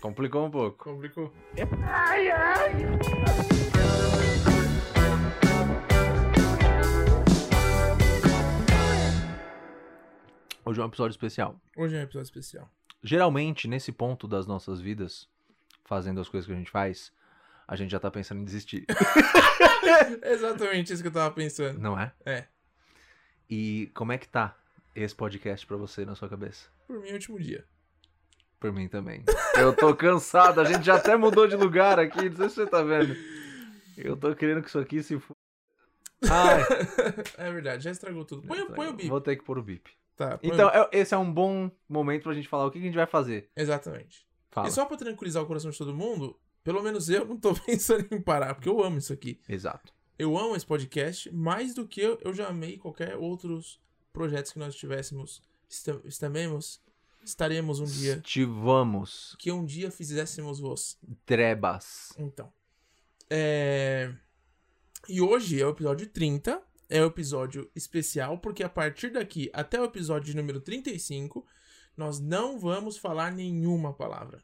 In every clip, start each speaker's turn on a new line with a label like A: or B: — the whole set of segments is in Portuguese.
A: Complicou um pouco.
B: Complicou.
A: Hoje é um episódio especial.
B: Hoje é um episódio especial.
A: Geralmente, nesse ponto das nossas vidas, fazendo as coisas que a gente faz, a gente já tá pensando em desistir,
B: É exatamente isso que eu tava pensando.
A: não é?
B: É.
A: E como é que tá esse podcast pra você na sua cabeça?
B: Por mim, é o último dia.
A: Por mim também. Eu tô cansado, a gente já até mudou de lugar aqui, não sei se você tá vendo. Eu tô querendo que isso aqui se f... Ai,
B: é verdade, já estragou tudo. Põe, põe o bip.
A: Vou ter que pôr o bip.
B: Tá, põe o
A: Então,
B: bip.
A: é- esse é um bom momento pra gente falar o que que a gente vai fazer.
B: Exatamente.
A: Fala.
B: E só pra tranquilizar o coração de todo mundo, pelo menos eu não tô pensando em parar, porque eu amo isso aqui.
A: Exato.
B: Eu amo esse podcast mais do que eu, eu já amei qualquer outros projetos que nós tivéssemos, esta- estamemos, estaremos um dia.
A: Estivamos
B: Que um dia fizéssemos você.
A: trebas.
B: Então. É... E hoje é o episódio 30. É o episódio especial, porque a partir daqui até o episódio de número 35, nós não vamos falar nenhuma palavra.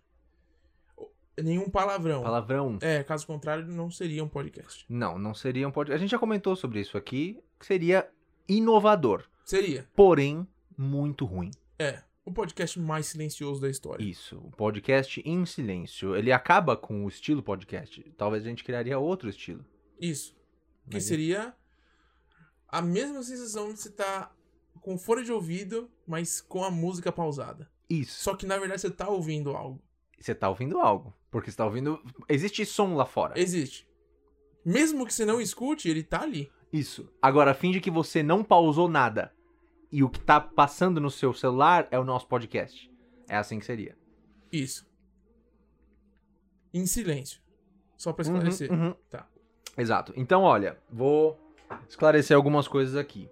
B: O- Nenhum palavrão.
A: Palavrão.
B: É, caso contrário, não seria um podcast.
A: Não, não seria um podcast. A gente já comentou sobre isso aqui, que seria inovador,
B: Seria.
A: porém muito ruim.
B: É. O podcast mais silencioso da história.
A: Isso, um podcast em silêncio. Ele acaba com o estilo podcast. Talvez a gente criaria outro estilo.
B: Isso. Que
A: Mas- é.
B: seria a mesma sensação de você estar com fone de ouvido, mas com a música pausada.
A: Isso.
B: Só que na verdade você tá ouvindo algo.
A: Você tá ouvindo algo, porque você tá ouvindo... Existe som lá fora.
B: Existe. Mesmo que você não escute, ele tá ali.
A: Isso. Agora, finge que você não pausou nada. E o que tá passando no seu celular é o nosso podcast. É assim que seria.
B: Isso. Em silêncio. Só pra esclarecer.
A: Uhum, uhum.
B: Tá.
A: Exato. Então, olha, vou esclarecer algumas coisas aqui.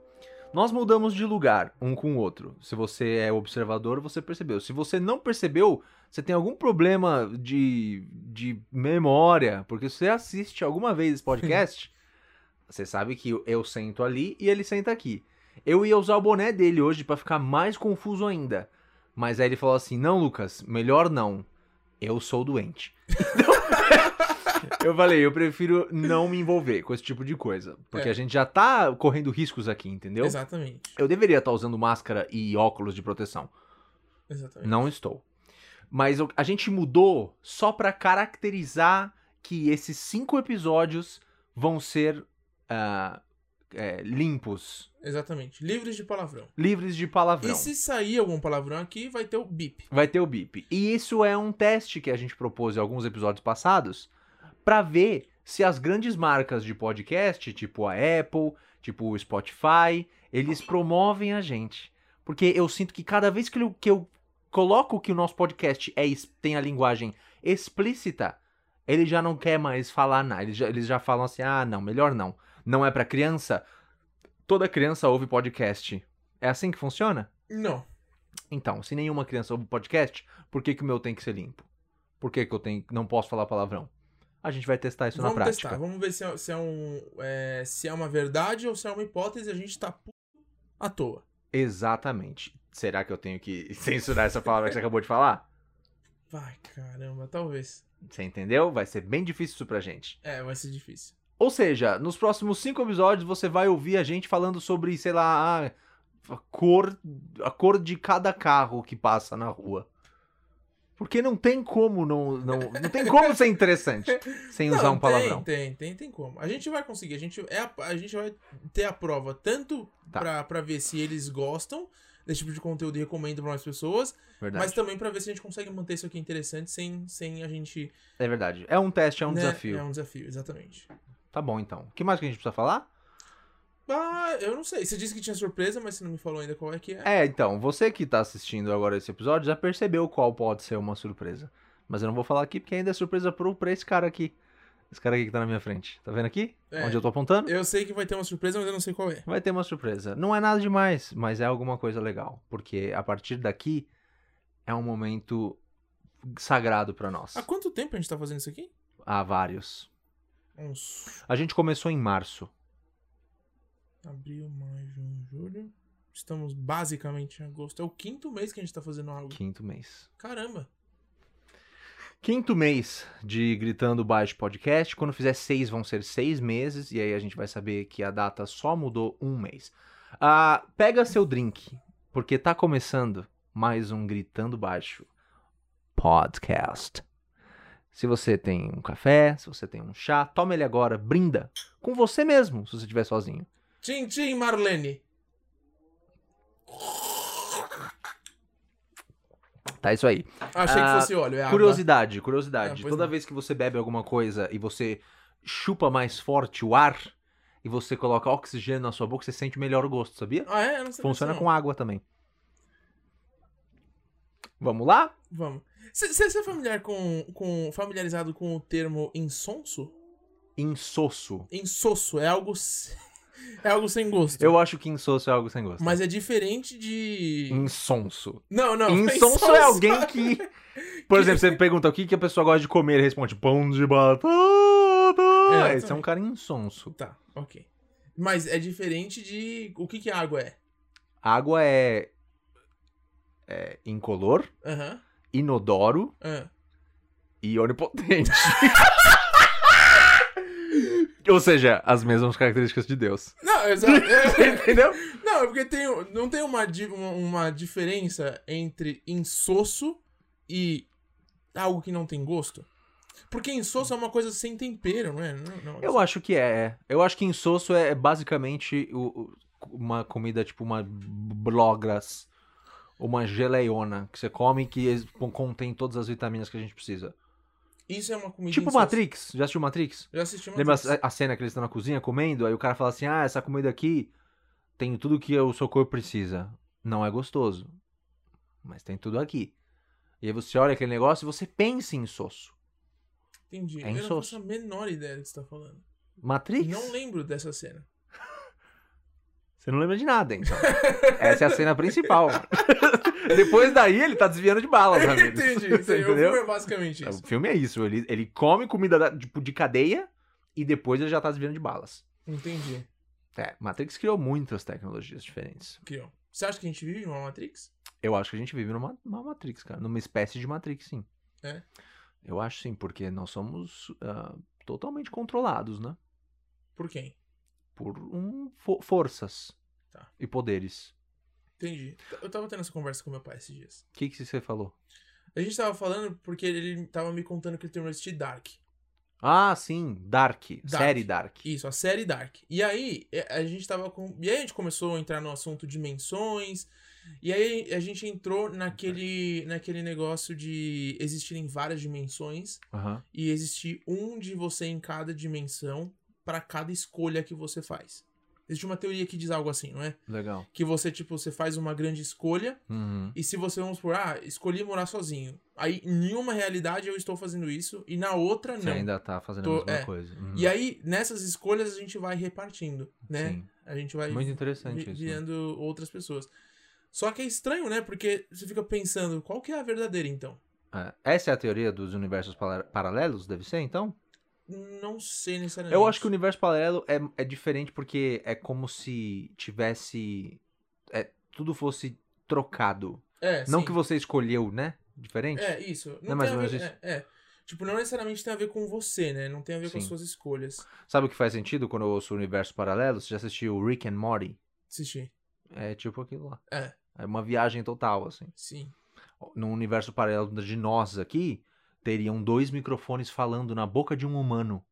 A: Nós mudamos de lugar um com o outro. Se você é observador, você percebeu. Se você não percebeu, você tem algum problema de, de memória, porque se você assiste alguma vez esse podcast, você sabe que eu sento ali e ele senta aqui. Eu ia usar o boné dele hoje pra ficar mais confuso ainda. Mas aí ele falou assim: não, Lucas, melhor não. Eu sou doente. Então, Eu falei, eu prefiro não me envolver com esse tipo de coisa. Porque
B: É.
A: a gente já tá correndo riscos aqui, entendeu?
B: Exatamente.
A: Eu deveria estar usando máscara e óculos de proteção.
B: Exatamente.
A: Não estou. Mas eu- a gente mudou só pra caracterizar que esses cinco episódios vão ser ah, é, limpos,
B: Exatamente. Livres de palavrão.
A: livres de palavrão.
B: E se sair algum palavrão aqui, vai ter o bip.
A: Vai ter o bip. E isso é um teste que a gente propôs em alguns episódios passados pra ver se as grandes marcas de podcast, tipo a Apple, tipo o Spotify, eles promovem a gente. Porque eu sinto que cada vez que eu, que eu coloco que o nosso podcast é, es- tem a linguagem explícita, ele já não quer mais falar nada. Eles já, eles já falam assim: ah, não, melhor não. Não é pra criança. Toda criança ouve podcast. É assim que funciona?
B: Não.
A: Então, se nenhuma criança ouve podcast, por que, que o meu tem que ser limpo? Por que, que eu tenho, não posso falar palavrão? A gente vai testar isso
B: Vamos
A: na prática.
B: testar. Vamos ver se é, se é um, é, se é uma verdade ou se é uma hipótese. A gente tá puto à toa.
A: Exatamente. Será que eu tenho que censurar essa palavra que você acabou de falar?
B: Vai, caramba. Talvez.
A: Você entendeu? Vai ser bem difícil isso pra gente.
B: É, vai ser difícil.
A: Ou seja, nos próximos cinco episódios você vai ouvir a gente falando sobre, sei lá, a- a cor, a cor de cada carro que passa na rua. Porque não tem como não, não, não tem como ser interessante sem usar
B: Não,
A: um palavrão.
B: Tem, tem, tem, tem como. A gente vai conseguir, a gente, é a, a gente vai ter a prova tanto
A: Tá.
B: pra, pra ver se eles gostam desse tipo de conteúdo e recomendam pra mais pessoas,
A: Verdade.
B: mas também pra ver se a gente consegue manter isso aqui interessante sem, sem a gente.
A: É verdade. É um teste, é um
B: né,
A: desafio.
B: É um desafio, exatamente.
A: Tá bom, então. O que mais que a gente precisa falar?
B: Ah, eu não sei. Você disse que tinha surpresa, mas você não me falou ainda qual é que é.
A: É, então, você que tá assistindo agora esse episódio já percebeu qual pode ser uma surpresa. Mas eu não vou falar aqui porque ainda é surpresa pro, pra esse cara aqui. Esse cara aqui que tá na minha frente. Tá vendo aqui?
B: É.
A: Onde eu tô apontando?
B: Eu sei que vai ter uma surpresa, mas eu não sei qual é.
A: Vai ter uma surpresa. Não é nada demais, mas é alguma coisa legal. Porque a partir daqui é um momento sagrado pra nós.
B: Há quanto tempo a gente tá fazendo isso aqui?
A: Há vários.
B: Uns.
A: A gente começou em março.
B: Abril, maio, junho, julho. Estamos basicamente em agosto. É o quinto mês que a gente tá fazendo algo.
A: Quinto mês.
B: Caramba.
A: Quinto mês de Gritando Baixo Podcast. Quando fizer seis, vão ser seis meses. E aí a gente vai saber que a data só mudou um mês. Ah, pega seu drink, porque tá começando mais um Gritando Baixo Podcast. Se você tem um café, se você tem um chá, toma ele agora, brinda com você mesmo, se você estiver sozinho.
B: Tchim, tchim, Marlene.
A: Tá isso aí.
B: Achei
A: Ah,
B: que fosse óleo, é água.
A: Curiosidade, curiosidade.
B: Ah, pois
A: Toda
B: não.
A: vez que você bebe alguma coisa e você chupa mais forte o ar e você coloca oxigênio na sua boca, você sente melhor o gosto, sabia?
B: Ah, é? Eu Não sabia
A: Funciona
B: disso,
A: com água também. Vamos lá?
B: não. Vamos. Você é familiar com, com. familiarizado com o termo insonso?
A: Insosso.
B: Insosso é algo. se- É algo sem gosto.
A: Eu acho que insosso é algo sem gosto.
B: Mas é diferente de.
A: Insonso.
B: Não, não.
A: Insonso é alguém que. Por
B: Que-
A: exemplo, você pergunta o que, que a pessoa gosta de comer, ele responde pão de batata.
B: É,
A: Esse é um cara insonso.
B: Tá, ok. Mas é diferente de. O que que água é?
A: Água é. é incolor,
B: Aham.
A: inodoro.
B: ah.
A: e onipotente. Ou seja, as mesmas características de Deus.
B: Não, exato.
A: Entendeu?
B: Não, é porque tem, não tem uma, di- uma, uma diferença entre insosso e algo que não tem gosto? Porque insosso é uma coisa sem tempero, não é? Não, não,
A: Eu acho que é. Eu acho que insosso é basicamente o- o- uma comida tipo uma blogras, uma geleiona que você come que es- contém todas as vitaminas que a gente precisa.
B: Isso é uma comida
A: Tipo
B: insossa.
A: Matrix. Já assistiu Matrix?
B: Já assisti Matrix.
A: Lembra a, a cena que eles estão na cozinha comendo? Aí o cara fala assim: Ah, essa comida aqui tem tudo que o seu corpo precisa. Não é gostoso. Mas tem tudo aqui. E aí você olha aquele negócio e você pensa em soço.
B: Entendi.
A: é
B: eu não
A: insosso.
B: faço a menor ideia do que você tá falando.
A: Matrix?
B: Não lembro dessa cena.
A: Você não lembra de nada, então. Essa é a cena principal. mano. Depois daí ele tá desviando de balas, amigos.
B: Entendi.
A: Você
B: Eu
A: entendeu?
B: fui basicamente isso.
A: O filme é isso. Ele, ele come comida da- tipo, de cadeia e depois ele já tá desviando de balas.
B: Entendi.
A: É, Matrix criou muitas tecnologias diferentes.
B: Criou. Você acha que a gente vive numa Matrix?
A: Eu acho que a gente vive numa, numa Matrix, cara. Numa espécie de Matrix, sim.
B: É?
A: Eu acho sim, porque nós somos ah, totalmente controlados, né?
B: Por quem?
A: Por um, fo- forças
B: Tá.
A: e poderes.
B: Entendi. Eu tava tendo essa conversa com meu pai esses dias.
A: O que, que você falou?
B: A gente tava falando porque ele tava me contando que ele terminou de assistir Dark.
A: Ah, sim, Dark.
B: Dark.
A: Série Dark.
B: Isso, a série Dark. E aí, é, a gente tava com. E aí a gente começou a entrar no assunto dimensões. E aí a gente entrou naquele, naquele negócio de existirem várias dimensões
A: Aham.
B: e existir um de você em cada dimensão para cada escolha que você faz. Existe uma teoria que diz algo assim, não é?
A: Legal.
B: Que você, tipo, você faz uma grande escolha
A: Uhum.
B: e se você, vamos por, ah, escolhi morar sozinho. Aí, em uma realidade, eu estou fazendo isso e na outra,
A: Você
B: não.
A: ainda tá fazendo
B: Tô-
A: a mesma
B: é.
A: coisa. Uhum.
B: E aí, nessas escolhas, a gente vai repartindo, né?
A: Sim.
B: A gente vai
A: Muito
B: vi-
A: interessante isso, né?
B: virando outras pessoas. Só que é estranho, né? Porque você fica pensando, qual que é a verdadeira, então?
A: É, Essa é a teoria dos universos pala- paralelos, deve ser, então?
B: Não sei necessariamente.
A: Eu acho que o universo paralelo é, é diferente porque é como se tivesse. É, tudo fosse trocado.
B: É,
A: Não
B: sim.
A: que você escolheu, né? Diferente?
B: É, isso. Não,
A: é mais
B: tem
A: ou
B: a
A: menos
B: ver...
A: isso?
B: É, é. Tipo, não necessariamente tem a ver com você, né? Não tem a ver com as
A: Sim.
B: suas escolhas.
A: Sabe o que faz sentido quando eu ouço o universo paralelo? Você já assistiu Rick and Morty?
B: Assistir.
A: É tipo aquilo lá.
B: É.
A: É uma viagem total, assim.
B: Sim.
A: No universo paralelo de nós aqui, teriam dois microfones falando na boca de um humano.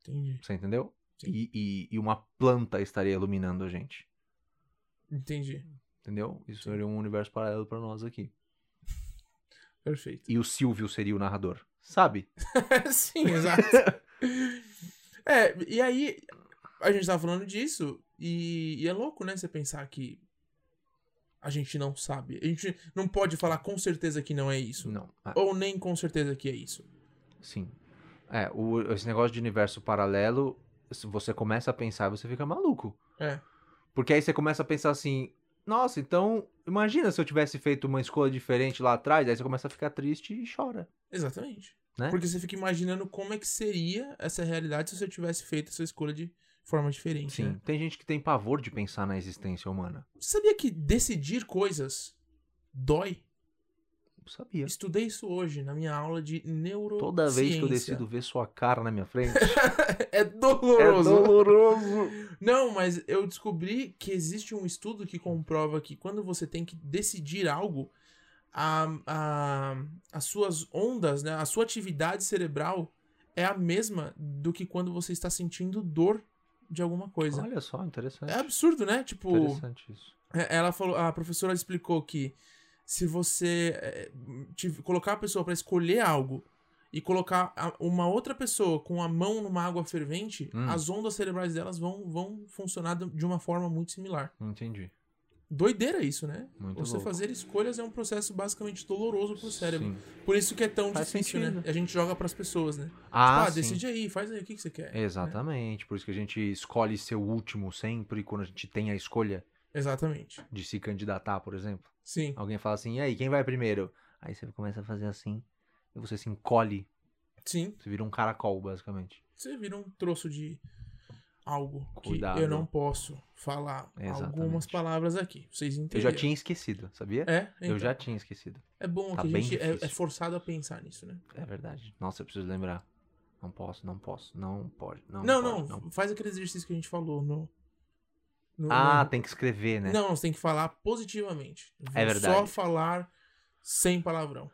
B: Entendi.
A: Você entendeu?
B: Sim.
A: E, e- e uma planta estaria iluminando a gente.
B: Entendi.
A: Entendeu? Isso
B: Sim.
A: seria um universo paralelo pra nós aqui.
B: Perfeito.
A: E o Silvio seria o narrador. Sabe?
B: Sim, exato. é, e aí, a gente tava falando disso, e, e é louco, né? Você pensar que a gente não sabe. A gente não pode falar com certeza que não é isso.
A: Não. Ah,
B: Ou nem com certeza que é isso.
A: Sim. É, o- esse negócio de universo paralelo, se você começa a pensar, você fica maluco.
B: É.
A: Porque aí você começa a pensar assim, nossa, então, imagina se eu tivesse feito uma escolha diferente lá atrás, aí você começa a ficar triste e chora.
B: Exatamente.
A: Né?
B: Porque você fica imaginando como é que seria essa realidade se você tivesse feito essa escolha de forma diferente.
A: Sim.
B: né?
A: Tem gente que tem pavor de pensar na existência humana.
B: Você sabia que decidir coisas dói?
A: Não sabia.
B: Estudei isso é hoje na minha aula de neurociência.
A: Toda vez que eu decido ver sua cara na minha frente,
B: é
A: é
B: doloroso.
A: doloroso.
B: Não, mas eu descobri que existe um estudo que comprova que quando você tem que decidir algo, a, a, as suas ondas, né, a sua atividade cerebral é a mesma do que quando você está sentindo dor de alguma coisa.
A: Olha só, interessante.
B: É absurdo, né? Tipo,
A: Interessante isso.
B: é, ela falou, a professora explicou que se você é, tive- colocar a pessoa para escolher algo e colocar a- uma outra pessoa com a mão numa água fervente,
A: Hum.
B: as ondas cerebrais delas vão, vão funcionar de- de uma forma muito similar.
A: Entendi.
B: Doideira isso, né?
A: Muito
B: você
A: louco.
B: fazer escolhas é um processo basicamente doloroso pro cérebro.
A: Sim.
B: Por isso que é tão
A: Faz
B: difícil, né?
A: sentido.
B: A gente joga pras pessoas, né?
A: Ah,
B: ah, né?
A: sim. É.
B: decide aí, faz aí o que, que você quer.
A: Exatamente. Por isso que a gente escolhe ser o último sempre quando a gente tem a escolha
B: Exatamente.
A: de se candidatar, por exemplo.
B: Sim.
A: Alguém fala assim, e aí, quem vai primeiro? Aí você começa a fazer assim, e você se encolhe,
B: Sim.
A: você vira um caracol, basicamente.
B: Você vira um troço de algo
A: Cuidado.
B: que eu não posso falar
A: Exatamente.
B: algumas palavras aqui. Vocês
A: Eu
B: entenderam?
A: já tinha esquecido, sabia?
B: É, então,
A: Eu já tinha esquecido.
B: é bom
A: Tá
B: que a
A: bem
B: gente é,
A: difícil.
B: é forçado a pensar nisso, né?
A: É verdade. Nossa, eu preciso lembrar. Não posso, não posso, não pode, não
B: Não, não,
A: pode,
B: faz aquele exercício que a gente falou no. no-
A: Ah,
B: no-
A: tem que escrever, né?
B: Não, você tem que falar positivamente.
A: É
B: Vou Só
A: verdade.
B: falar sem palavrão.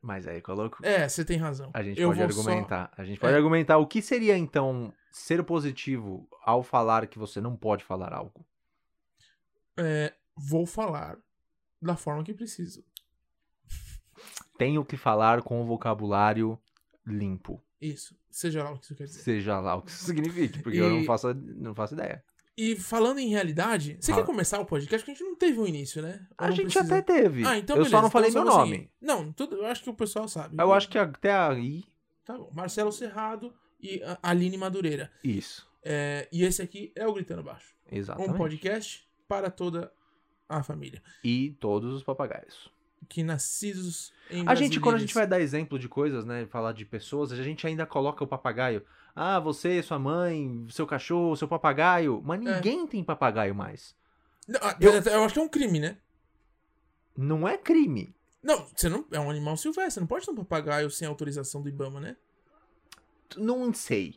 A: Mas aí coloco.
B: É, você tem razão.
A: A gente
B: Eu
A: pode
B: vou só-
A: argumentar. A gente pode
B: É.
A: argumentar o que seria então ser positivo ao falar que você não pode falar algo.
B: é, vou falar da forma que preciso.
A: Tenho que falar com o vocabulário limpo.
B: Isso. Seja lá o que isso quer dizer.
A: Seja lá o que isso signifique, porque eu
B: E-
A: não faço, não faço ideia.
B: E falando em realidade, você
A: Fala.
B: quer começar o podcast? Porque a gente não teve um início, né? Ou
A: A
B: não
A: gente
B: precisa?
A: até teve.
B: Ah, então
A: eu
B: beleza.
A: só não falei
B: Então
A: meu
B: vou
A: nome.
B: seguir. Uhum. Não, tudo, eu acho que o pessoal sabe.
A: Eu acho que até aí.
B: Tá bom. Marcelo Serrado e a- Aline Madureira.
A: Isso.
B: É, e esse aqui é o Gritando Baixo.
A: Exatamente.
B: Um podcast para toda a família.
A: E todos os papagaios.
B: Que nascidos em
A: A gente, quando a gente
B: Brasília.
A: vai dar exemplo de coisas, né? Falar de pessoas, a gente ainda coloca o papagaio. Ah, você, sua mãe, seu cachorro, seu papagaio. Mas
B: É.
A: ninguém tem papagaio mais.
B: Não, ah,
A: Eu-
B: eu... acho que é um crime, né?
A: Não é crime.
B: Não, você não. É um animal silvestre. Você não pode ter um papagaio sem autorização do Ibama, né?
A: Não sei.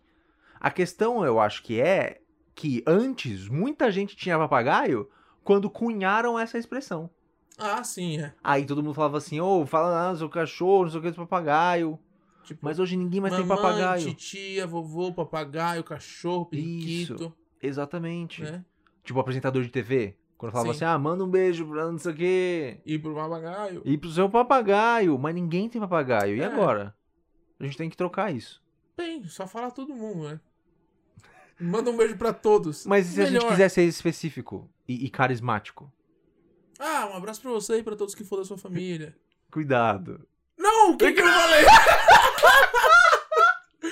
A: A questão, eu acho que é que antes muita gente tinha papagaio quando cunharam essa expressão.
B: Ah, sim, é.
A: Aí todo mundo falava assim, ô, fala ah, seu cachorro, não sei o que, seu papagaio.
B: Tipo,
A: Mas hoje ninguém mais
B: mamãe,
A: tem papagaio.
B: titia, vovô, papagaio, cachorro,
A: Isso.
B: periquito,
A: Exatamente.
B: né?
A: Tipo apresentador de TV. Quando falava
B: Sim.
A: assim, ah, manda um beijo pra não sei o quê.
B: E pro papagaio.
A: E pro seu papagaio, mas ninguém tem papagaio. E
B: É.
A: agora? A gente tem que trocar isso.
B: Bem, só falar todo mundo, né? Manda um beijo pra todos.
A: Mas e se a gente
B: Melhor.
A: quiser ser específico e, e carismático?
B: Ah, um abraço pra você e pra todos que for da sua família.
A: Cuidado.
B: Não, o que, que eu falei?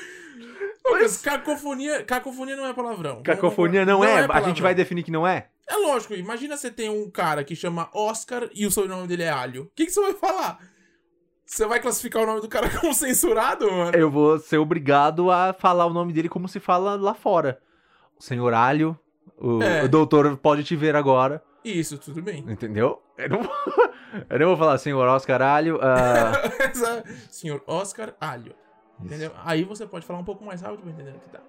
B: Mas cacofonia, cacofonia não é palavrão.
A: Cacofonia não, é. a
B: palavrão.
A: gente vai definir que não é?
B: É lógico, imagina você tem um cara que chama Oscar e o sobrenome dele é Alho. O que, que você vai falar? Você vai classificar o nome do cara como censurado, mano?
A: Eu vou ser obrigado a falar o nome dele como se fala lá fora. O senhor Alho, o,
B: É.
A: o doutor pode te ver agora.
B: Isso, tudo bem.
A: Entendeu? Eu não, vou- eu não vou falar senhor Oscar Alho. ah,
B: Senhor Oscar Alho. Entendeu? Aí você pode falar um pouco mais rápido pra entender o que dá.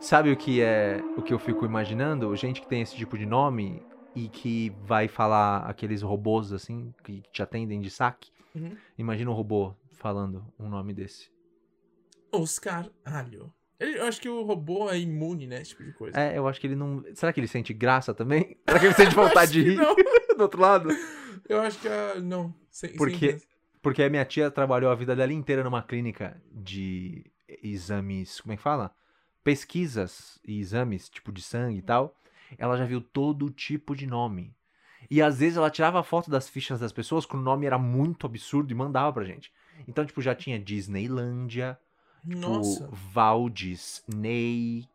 A: Sabe o que é o que eu fico imaginando? Gente que tem esse tipo de nome e que vai falar aqueles robôs assim que te atendem de saque.
B: Uhum.
A: Imagina um robô falando um nome desse.
B: Oscar Alho. Ele- Eu acho que o robô é imune, né? Esse tipo de coisa.
A: É, eu acho que ele não. Será que ele sente graça também? Será que ele sente vontade tá de
B: Eu
A: rir
B: acho que
A: do outro lado?
B: não. Eu acho que ah, não. Sem, sem
A: Porque-
B: criança.
A: Porque a minha tia trabalhou a vida dela inteira numa clínica de exames, como é que fala? Pesquisas e exames, tipo de sangue e tal. Ela já viu todo tipo de nome. E às vezes ela tirava foto das fichas das pessoas que o nome era muito absurdo e mandava pra gente. Então, tipo, já tinha Disneylândia, tipo, o
B: Nossa.
A: Val Disney,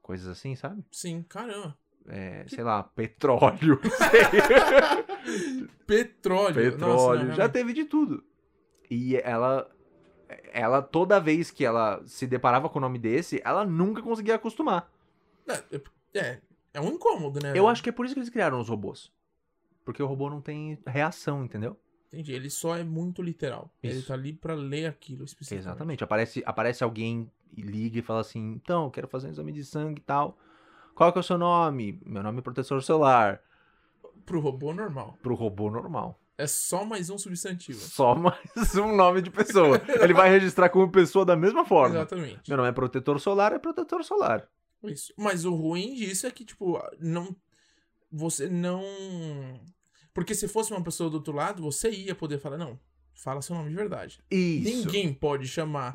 A: coisas assim, sabe?
B: Sim, caramba.
A: É, sei lá, petróleo. sei.
B: Petróleo.
A: petróleo,
B: Nossa, né,
A: já teve de tudo. E ela ela toda vez que ela se deparava com o nome desse, ela nunca conseguia acostumar.
B: tem. É, é um incômodo, né?
A: Eu acho que é por isso que eles criaram os robôs. Porque o robô não tem reação, entendeu?
B: Entendi. Ele só é muito literal. Ele
A: Isso.
B: tá ali pra ler aquilo especificamente.
A: Exatamente. Aparece, aparece alguém e liga e fala assim: então, eu quero fazer um exame de sangue e tal. Qual que é o seu nome? Meu nome é Protetor Solar.
B: Pro robô normal.
A: Pro robô normal.
B: É só mais um substantivo.
A: Só mais um nome de pessoa. Ele vai registrar como pessoa da mesma forma.
B: Exatamente.
A: Meu nome é Protetor Solar, é Protetor Solar.
B: Isso. Mas o ruim disso é que, tipo, não. Você não. Porque se fosse uma pessoa do outro lado, você ia poder falar, não, fala seu nome de verdade.
A: Isso.
B: Ninguém pode chamar.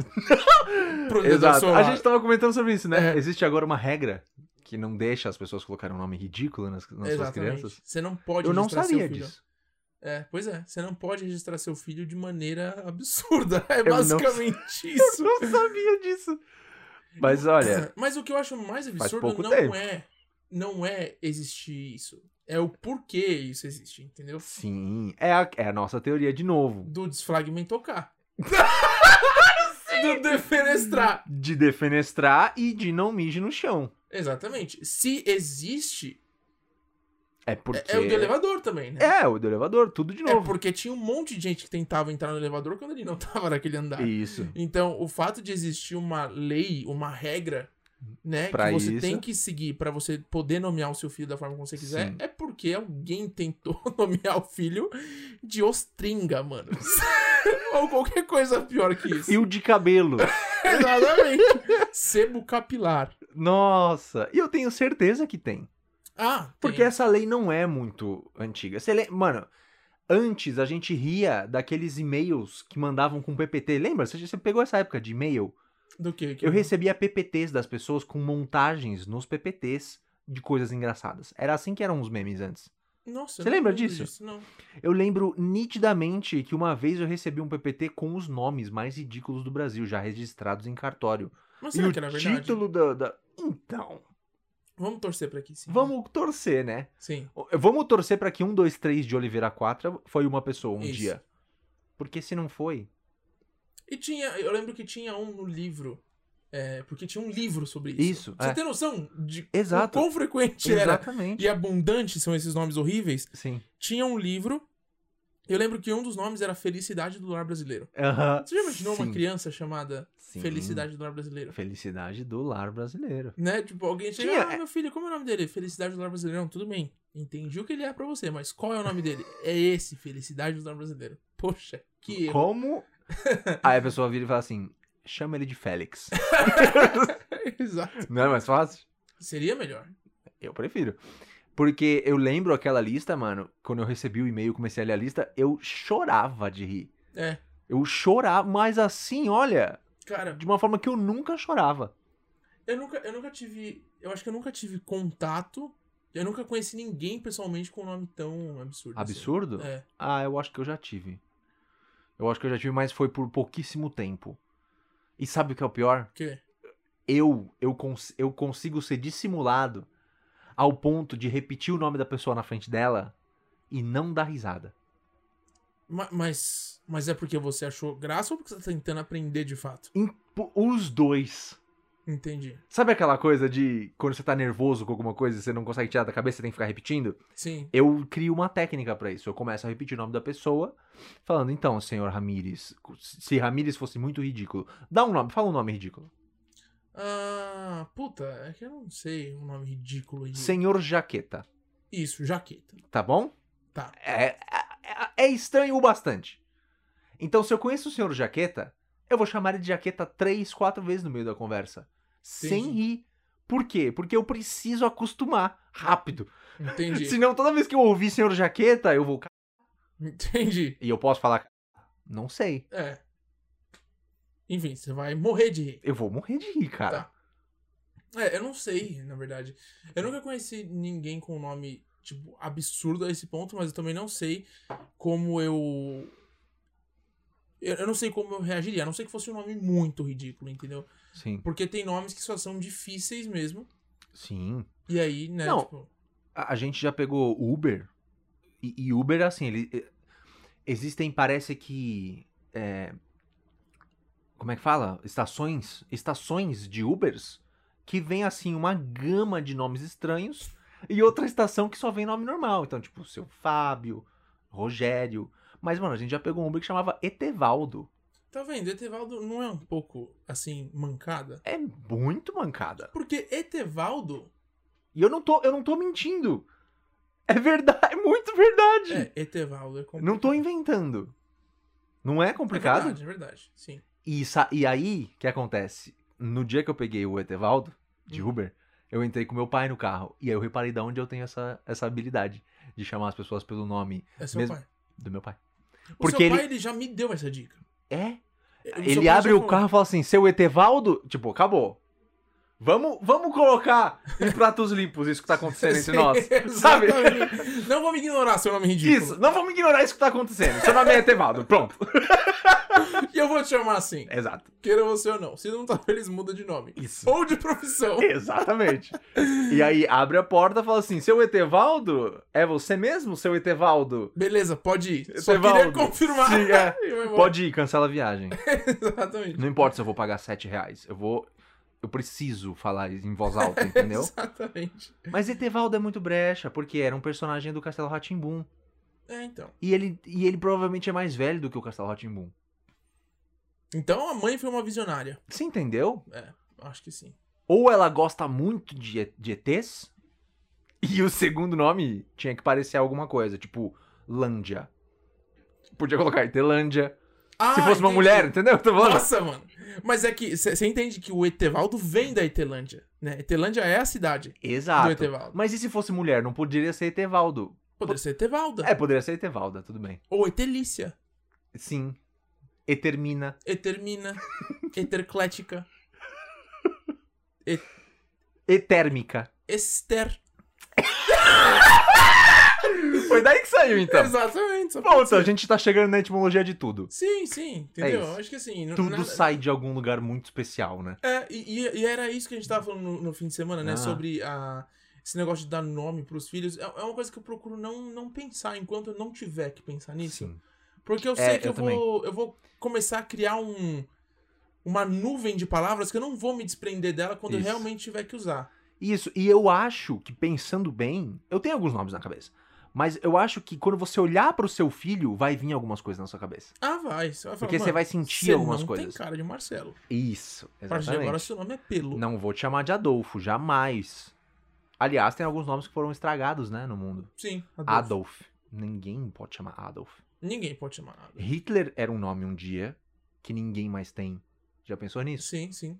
A: Exato. A
B: solar.
A: gente tava comentando sobre isso, né?
B: É.
A: Existe agora uma regra que não deixa as pessoas colocarem um nome ridículo nas, nas suas
B: Exatamente.
A: crianças.
B: Você não pode
A: Eu não
B: registrar
A: sabia
B: seu filho.
A: disso.
B: É, pois é. Você não pode registrar seu filho de maneira absurda. É
A: não-
B: basicamente isso.
A: Eu não sabia disso. Mas olha,
B: Mas o que eu acho mais absurdo
A: pouco
B: não
A: tempo.
B: é não é existir isso. É o porquê isso existe, entendeu?
A: sim, é a, é a nossa teoria de novo.
B: Do desfragmentocar. Do defenestrar.
A: De defenestrar e de não mije no chão.
B: Exatamente. Se existe,
A: É porque.
B: é o do elevador também, né?
A: É, o do elevador, tudo de
B: É
A: novo.
B: porque tinha um monte de gente que tentava entrar no elevador quando ele não tava naquele andar.
A: Isso.
B: Então, o fato de existir uma lei, uma regra, né,
A: Pra
B: que você
A: isso.
B: tem que seguir pra você poder nomear o seu filho da forma como você quiser,
A: Sim.
B: é porque alguém tentou nomear o filho de ostringa, mano. Ou qualquer coisa pior que isso.
A: E o de cabelo.
B: Exatamente. Sebo capilar.
A: Nossa, e eu tenho certeza que tem.
B: Ah,
A: Porque
B: tem.
A: essa lei não é muito antiga. Você le- Mano, antes a gente ria daqueles e-mails que mandavam com PPT. Lembra? Você você pegou essa época de e-mail?
B: do que que
A: Eu recebia PPTs das pessoas com montagens nos PPTs de coisas engraçadas. Era assim que eram os memes antes.
B: Nossa, eu
A: Você
B: não
A: lembra
B: lembro
A: disso?
B: Não.
A: Eu lembro nitidamente que uma vez eu recebi um PPT com os nomes mais ridículos do Brasil, já registrados em cartório.
B: Mas
A: E
B: será
A: o
B: que era verdade?
A: título da, da- Então,
B: Vamos torcer pra que sim.
A: vamos torcer, né?
B: Sim.
A: Vamos torcer pra que um, dois, três de Oliveira 4 foi uma pessoa um
B: Isso.
A: dia. Porque se não foi.
B: E tinha, eu lembro que tinha um no livro. é, porque tinha um livro sobre isso.
A: Isso,
B: Você
A: é.
B: tem noção de
A: Exato.
B: quão frequente era
A: Exatamente.
B: e abundante são esses nomes horríveis?
A: Sim.
B: Tinha um livro. Eu lembro que um dos nomes era Felicidade do Lar Brasileiro.
A: Aham.
B: Você já imaginou
A: Sim,
B: uma criança chamada
A: sim.
B: Felicidade do Lar Brasileiro?
A: Felicidade do lar brasileiro.
B: Né? Tipo, alguém chega,
A: Tinha,
B: ah,
A: é-
B: meu filho, como é o nome dele? Felicidade do Lar Brasileiro. Não, tudo bem. Entendi o que ele é pra você, mas qual é o nome dele? É esse, Felicidade do Lar Brasileiro. Poxa, que erro.
A: Como? Aí a pessoa vira e fala assim: chama ele de Félix.
B: Exato.
A: Não é mais fácil?
B: Seria melhor.
A: Eu prefiro. Porque eu lembro aquela lista, mano, quando eu recebi o e-mail e comecei a ler a lista, eu chorava de rir.
B: É.
A: Eu chorava, mas assim, olha,
B: Cara,
A: de uma forma que eu nunca chorava.
B: Eu nunca, eu nunca tive. Eu acho que eu nunca tive contato. Eu nunca conheci ninguém pessoalmente com um nome tão absurdo. assim.
A: Absurdo?
B: É.
A: Ah, eu acho que eu já tive. Eu acho que eu já tive, mas foi por pouquíssimo tempo. E sabe o que é o pior?
B: Porque
A: Eu, eu, cons- eu consigo ser dissimulado ao ponto de repetir o nome da pessoa na frente dela e não dar risada.
B: ma- Mas, mas é porque você achou graça ou porque você tá tentando aprender de fato?
A: Pô, Os dois.
B: Entendi.
A: Sabe aquela coisa de quando você tá nervoso com alguma coisa e você não consegue tirar da cabeça, você tem que ficar repetindo?
B: Sim.
A: Eu crio uma técnica pra isso. Eu começo a repetir o nome da pessoa, falando, então, senhor Ramires, se Ramires fosse muito ridículo, dá um nome, fala um nome ridículo.
B: Ah, puta, é que eu não sei um nome ridículo aí.
A: Senhor Jaqueta,
B: Isso, jaqueta.
A: tá bom?
B: Tá.
A: É, é- é- é estranho o bastante. Então, se eu conheço o senhor Jaqueta, eu vou chamar ele de Jaqueta três, quatro vezes no meio da conversa. Sem
B: Entendi.
A: rir. Por quê? Porque eu preciso acostumar rápido.
B: Entendi.
A: Senão, toda vez que eu ouvir senhor Jaqueta, eu vou. "Ca-
B: Entendi.
A: E eu posso falar. "Ca- Não sei.
B: É. Enfim, você vai morrer de rir.
A: Eu vou morrer de rir, cara.
B: Tá. É, eu não sei, na verdade. Eu nunca conheci ninguém com um nome, tipo, absurdo a esse ponto, mas eu também não sei como eu. Eu eu não sei como eu reagiria, a não ser que fosse um nome muito ridículo, entendeu?
A: Sim.
B: Porque tem nomes que só são difíceis mesmo.
A: Sim.
B: E aí, né,
A: Não.
B: tipo.
A: A, a gente já pegou Uber. E, e Uber, assim, ele. eh, Existem, parece que. é, como é que fala? Estações. Estações de Ubers que vem, assim, uma gama de nomes estranhos e outra estação que só vem nome normal. Então, tipo, seu Fábio, Rogério. Mas, mano, a gente já pegou um Uber que chamava Etevaldo.
B: Tá vendo? Etevaldo não é um pouco, assim, mancada?
A: É muito mancada.
B: Porque Etevaldo.
A: E eu não tô, eu não tô mentindo. É verdade, é muito verdade.
B: É, Etevaldo é complicado.
A: Não tô inventando. Não é
B: É
A: complicado?
B: verdade, é verdade. Sim.
A: e, sa- e aí, o que acontece? No dia que eu peguei o Etevaldo, de
B: Hum.
A: Uber, eu entrei com meu pai no carro. E aí eu reparei de onde eu tenho essa, essa habilidade de chamar as pessoas pelo nome
B: É seu
A: Mesmo-
B: pai.
A: do meu pai.
B: O
A: Porque
B: seu
A: ele-
B: pai ele já me deu essa dica.
A: É?
B: O seu pai
A: Ele
B: já
A: abre o
B: falou.
A: carro e fala assim: seu Etevaldo? Tipo, acabou. Vamos, vamos colocar em pratos limpos isso que tá acontecendo entre nós. Sabe?
B: Exatamente. Não vou me ignorar seu nome ridículo.
A: Isso, não vamos ignorar isso que tá acontecendo. Seu nome é Etevaldo. Pronto.
B: E eu vou te chamar assim.
A: Exato.
B: Queira você ou não. Se não tá feliz, muda de nome.
A: Isso.
B: Ou de profissão.
A: Exatamente. E aí abre a porta e fala assim: seu Etevaldo? É você mesmo, seu Etevaldo?
B: Beleza, pode ir. Só
A: Etevaldo.
B: queria confirmar.
A: é Sim, é.
B: E vai embora.
A: Pode ir, cancela a viagem.
B: Exatamente.
A: Não importa se eu vou pagar 7 reais. Eu vou. Eu preciso falar em voz alta, entendeu?
B: Exatamente.
A: Mas Etevaldo é muito brecha, porque era um personagem do Castelo Ratimbum.
B: É, então.
A: E ele, e ele provavelmente é mais velho do que o Castelo Ratimbum.
B: Então a mãe foi uma visionária.
A: Você entendeu?
B: Acho que sim.
A: Ou ela gosta muito de, de ETs, e o segundo nome tinha que parecer alguma coisa, tipo Lândia. Podia colocar Etelândia. se
B: Ah,
A: fosse uma
B: entendi.
A: mulher, entendeu? Eu Tô falando.
B: Nossa, mano. Mas é que você entende que o Etevaldo vem da Etelândia, né? Etelândia é a cidade do
A: Exato.
B: Etevaldo.
A: Mas e se fosse mulher? Não poderia ser Etevaldo.
B: Poderia ser Etevalda.
A: É, poderia ser Etevalda, tudo bem.
B: Ou é Etelícia.
A: Sim. Etermina.
B: é Etermina. é Eterclética.
A: Etérmica.
B: é Ester.
A: Foi daí que saiu, então.
B: Exatamente. só pode
A: Pronto,
B: ser.
A: a gente tá chegando na etimologia de tudo.
B: Sim, sim. Entendeu?
A: isso.
B: Acho que assim. não-
A: Tudo
B: nada-
A: sai de algum lugar muito especial, né?
B: É, e, e- e era isso que a gente tava falando no, no fim de semana, né?
A: Ah.
B: Sobre a, esse negócio de dar nome pros filhos. É, é uma coisa que eu procuro não, não pensar enquanto eu não tiver que pensar nisso.
A: Sim.
B: Porque eu sei
A: É,
B: que
A: eu
B: eu, vou, eu vou começar a criar um, uma nuvem de palavras que eu não vou me desprender dela quando eu
A: Isso.
B: realmente tiver que usar.
A: Isso, e eu acho que pensando bem, eu tenho alguns nomes na cabeça, mas eu acho que quando você olhar pro seu filho, vai vir algumas coisas na sua cabeça.
B: Ah, vai. Você vai falar,
A: Porque você
B: "Mano,
A: vai sentir
B: você
A: algumas
B: não
A: coisas.
B: tem cara de Marcelo.
A: Isso,
B: A partir de agora,
A: exatamente.
B: seu nome é Pelo.
A: Não vou te chamar de Adolfo, jamais. Aliás, tem alguns nomes que foram estragados, né, no mundo.
B: Sim, Adolfo.
A: Adolf. Ninguém pode chamar Adolf.
B: Ninguém pode chamar nada.
A: Hitler era um nome um dia que ninguém mais tem. Já pensou nisso?
B: Sim, sim.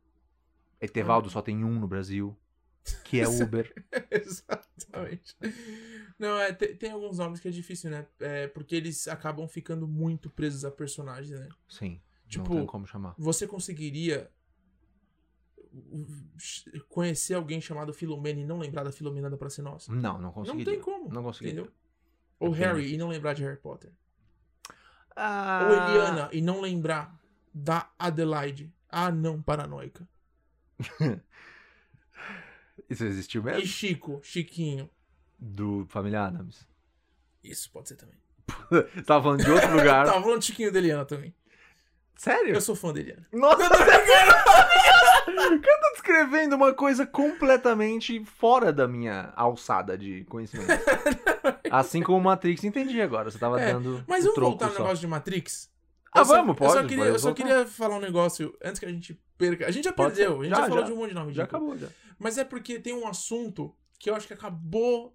A: Etevaldo só tem um no Brasil, que é Uber.
B: Exatamente. Não, é, te- tem, alguns nomes que é difícil, né? É, porque eles acabam ficando muito presos a personagens, né?
A: Sim,
B: Tipo,
A: não tem como chamar.
B: Você conseguiria uh, conhecer alguém chamado Filomena e não lembrar da Filomena da Praça é Nossa?
A: Não, não
B: Não
A: conseguiria.
B: tem como.
A: Não conseguiria.
B: Entendeu? Ou
A: Entendi.
B: Harry e não lembrar de Harry Potter.
A: Ah,
B: Ou Eliana e não lembrar da Adelaide. Ah, não, paranoica.
A: Isso existiu
B: E
A: mesmo?
B: Chico, Chiquinho.
A: Do Família Adams.
B: Isso pode ser também.
A: Você tava falando de outro lugar.
B: Tava falando de Chiquinho da Eliana também.
A: Sério?
B: Eu sou fã da Eliana.
A: Nossa, eu tô descrevendo uma coisa completamente fora da minha alçada de conhecimento. Assim como Matrix, entendi agora. Você tava
B: É,
A: dando.
B: Mas
A: o
B: vamos
A: troco
B: voltar no
A: só.
B: negócio de Matrix?
A: Ah,
B: Eu só-
A: vamos, pode.
B: Eu só, queria,
A: pode
B: eu só
A: voltar.
B: queria falar um negócio antes que a gente perca. A gente já
A: Pode ser.
B: perdeu, a gente já,
A: Já,
B: falou
A: já.
B: de um monte de nome
A: Já
B: ridículo.
A: acabou, já.
B: Mas é porque tem um assunto que eu acho que acabou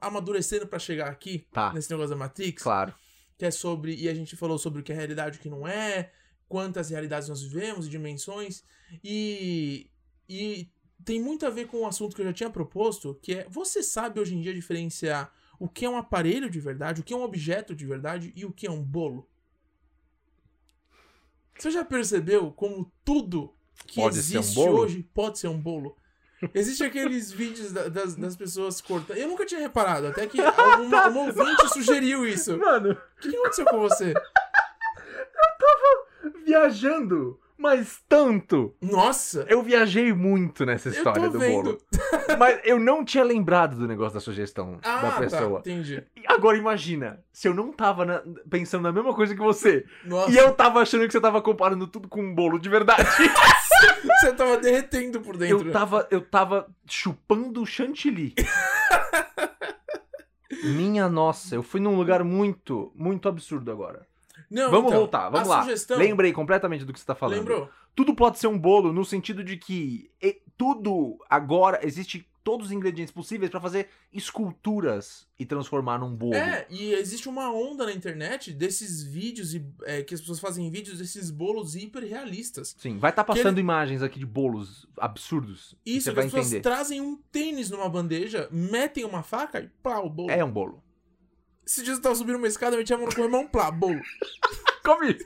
B: amadurecendo pra chegar aqui,
A: Tá,
B: nesse negócio da Matrix,
A: claro.
B: que é sobre. E a gente falou sobre o que é realidade e o que não é, quantas realidades nós vivemos, dimensões. E. E tem muito a ver com um assunto que eu já tinha proposto, que é você sabe hoje em dia diferenciar o que é um aparelho de verdade, o que é um objeto de verdade e o que é um bolo? Você já percebeu como tudo que
A: Pode ser um
B: existe
A: bolo?
B: hoje pode ser um bolo? Existem aqueles vídeos da- das, das pessoas cortando. Eu nunca tinha reparado, até que alguma, um ouvinte sugeriu isso.
A: Mano,
B: O que que aconteceu com você?
A: viajando, mas tanto.
B: Nossa!
A: Eu viajei muito nessa história
B: eu
A: do
B: tô
A: bolo.
B: vendo.
A: Mas eu não tinha lembrado do negócio da sugestão
B: Ah,
A: da
B: tá,
A: pessoa.
B: entendi.
A: E Agora imagina, se eu não tava na- pensando na mesma coisa que você,
B: Nossa,
A: e eu tava achando que você tava comparando tudo com um bolo de verdade.
B: você tava derretendo por dentro.
A: eu tava, eu tava chupando chantilly. Minha nossa, eu fui num lugar muito, muito absurdo agora.
B: Não,
A: vamos
B: então,
A: voltar, vamos
B: a
A: lá.
B: Sugestão,
A: Lembrei completamente do que você tá falando.
B: Lembrou?
A: Tudo pode ser um bolo no sentido de que e- tudo agora existe todos os ingredientes possíveis pra fazer esculturas e transformar num bolo.
B: É, e existe uma onda na internet desses vídeos e, é, que as pessoas fazem vídeos desses bolos hiperrealistas.
A: Sim, vai estar
B: Que
A: passando imagens aqui de bolos absurdos. e você
B: Isso, que as
A: vai
B: pessoas
A: entender.
B: trazem um tênis numa bandeja, metem uma faca e plá, o bolo.
A: É um bolo.
B: Esses dias eu tava subindo uma escada, meti a mão no corrimão, plá, bolo.
A: Come!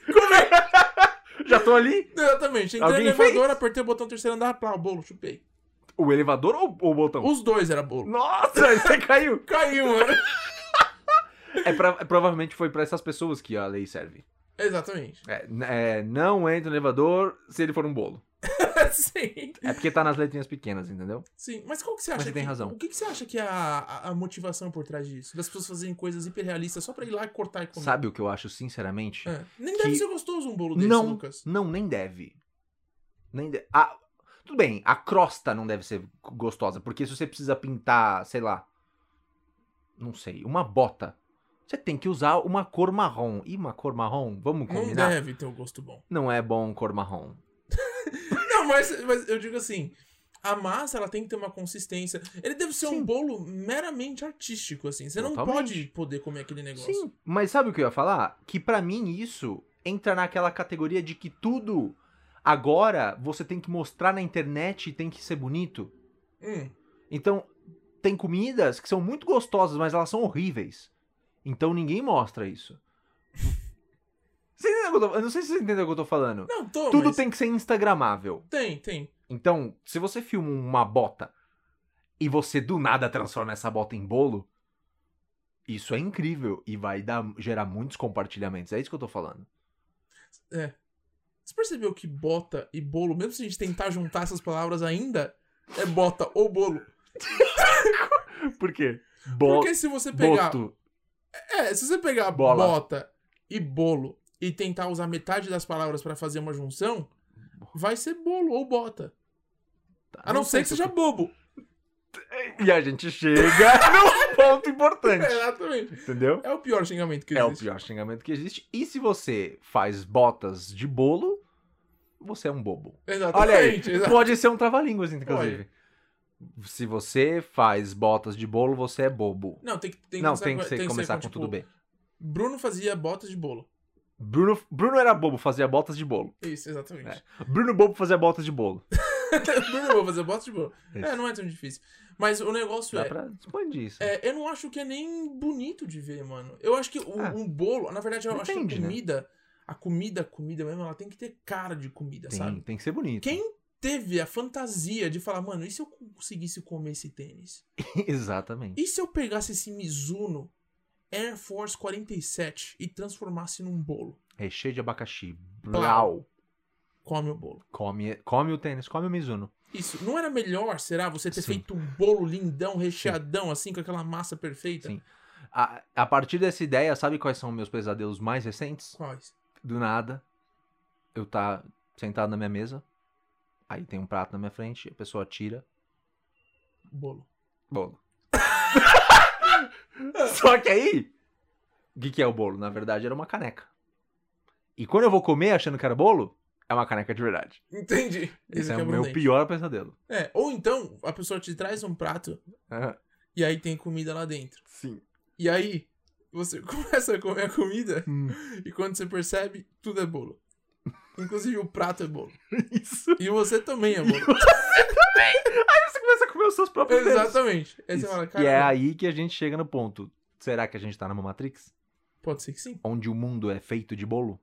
A: Já tô ali?
B: Exatamente. Entrei
A: Alguém
B: no elevador, apertei o botão do terceiro andar, plá, o bolo, chupei.
A: O elevador ou ou o botão?
B: Os dois era bolo.
A: Nossa, você caiu!
B: Caiu, mano.
A: É pra- é, provavelmente foi pra essas pessoas que a lei serve.
B: Exatamente.
A: É, n- é, não entra no elevador se ele for um bolo.
B: sim,
A: É porque tá nas letrinhas pequenas, entendeu?
B: sim. Mas qual que você acha?
A: você tem
B: que-
A: razão.
B: O que, que você acha que é a, a, a motivação por trás disso? Das pessoas fazerem coisas hiperrealistas só pra ir lá e cortar e comer.
A: Sabe o que eu acho, sinceramente?
B: É. Nem deve
A: Que-
B: ser gostoso um bolo desse,
A: Não.
B: Lucas.
A: Não, nem deve. Nem de- Ah, tudo bem, a crosta não deve ser gostosa, porque se você precisa pintar, sei lá, não sei, uma bota, você tem que usar uma cor marrom. E uma cor marrom, vamos
B: Não
A: combinar? Não,
B: deve ter um gosto bom.
A: é bom cor marrom.
B: Não, mas, mas eu digo assim, a massa ela tem que ter uma consistência. Ele deve ser
A: Sim.
B: um bolo meramente artístico, assim. Você não
A: Totalmente.
B: pode poder comer aquele negócio.
A: Sim, mas sabe o que eu ia falar? Que pra mim isso entra naquela categoria de que tudo agora você tem que mostrar na internet e tem que ser bonito.
B: Hum,
A: Então, tem comidas que são muito gostosas, mas elas são horríveis. Então ninguém mostra isso. Você entendeu o que eu, tô... eu não sei se você entendeu o que eu tô falando.
B: Não, tô,
A: Tudo
B: mas
A: tem que ser instagramável.
B: tem, tem.
A: Então, se você filma uma bota e você do nada transforma essa bota em bolo, isso é incrível e vai dar, gerar muitos compartilhamentos. É isso que eu tô falando.
B: Você percebeu que bota e bolo, mesmo se a gente tentar juntar essas palavras ainda, é bota ou bolo.
A: Por quê? Bo
B: Porque se você pegar.
A: boto.
B: É, se você pegar
A: Bola.
B: bota e bolo e tentar usar metade das palavras pra fazer uma junção, vai ser bolo ou bota. A não, ser que
A: Tá, sei
B: seja bobo.
A: se- E a gente chega num ponto importante.
B: Exatamente.
A: Entendeu?
B: É o pior xingamento que
A: É o
B: existe.
A: pior xingamento que existe. E se você faz botas de bolo, você é um bobo.
B: Exatamente.
A: Olha aí,
B: exa-
A: pode ser um trava-línguas, inclusive. Se você faz botas de bolo, você é bobo.
B: Não, tem que, tem que
A: Não,
B: começar
A: tem
B: com-
A: que, ser,
B: tem que
A: começar com
B: tipo,
A: tudo bem.
B: Bruno fazia botas de bolo.
A: Bruno, Bruno era bobo, fazia botas de bolo.
B: Isso, exatamente.
A: Bruno bobo fazia botas de bolo.
B: Bruno, eu vou fazer botas de bolo.
A: É. Isso.
B: É, não é tão difícil. Mas o negócio
A: Dá
B: é,
A: pra expandir isso.
B: é, eu não acho que é nem bonito de ver, mano. Eu acho que o-
A: Ah.
B: um bolo, na verdade, eu acho que
A: Depende,
B: a
A: né?
B: comida, a comida, a comida mesmo, ela tem que ter cara de comida,
A: tem,
B: sabe?
A: tem que ser bonito.
B: Quem teve a fantasia de falar, mano, e se eu conseguisse comer esse tênis?
A: Exatamente.
B: E se eu pegasse esse Mizuno Air Force 47 e transformasse num bolo?
A: É cheio de abacaxi.
B: Blau.
A: Blau.
B: Come o bolo.
A: Come, come o tênis, come o Mizuno.
B: Isso, não era melhor, será, você ter
A: Sim.
B: feito um bolo lindão, recheadão, assim, com aquela massa perfeita?
A: Sim. A, a partir dessa ideia, sabe quais são meus pesadelos mais recentes?
B: Quais?
A: Do nada, eu tá sentado na minha mesa, aí tem um prato na minha frente, a pessoa tira.
B: Bolo.
A: Bolo. Só que aí, o que, que é o bolo? Na verdade, era uma caneca. E quando eu vou comer achando que era bolo, é uma caneca de verdade.
B: Entendi.
A: Esse é
B: aqui
A: o
B: um
A: meu
B: dente.
A: pior pesadelo.
B: É, ou então, a pessoa te traz um prato
A: Ah,
B: e aí tem comida lá dentro.
A: Sim.
B: E aí, você começa a comer a comida
A: Hum,
B: e quando você percebe, tudo é bolo. Inclusive o prato é bolo.
A: isso.
B: E você também é bolo.
A: Você começa a comer os seus próprios dedos.
B: Exatamente. Aí você
A: Isso.
B: fala,
A: E é
B: cara,
A: aí que a gente chega no ponto. Será que a gente tá numa Matrix?
B: pode ser que sim.
A: Onde o mundo é feito de bolo?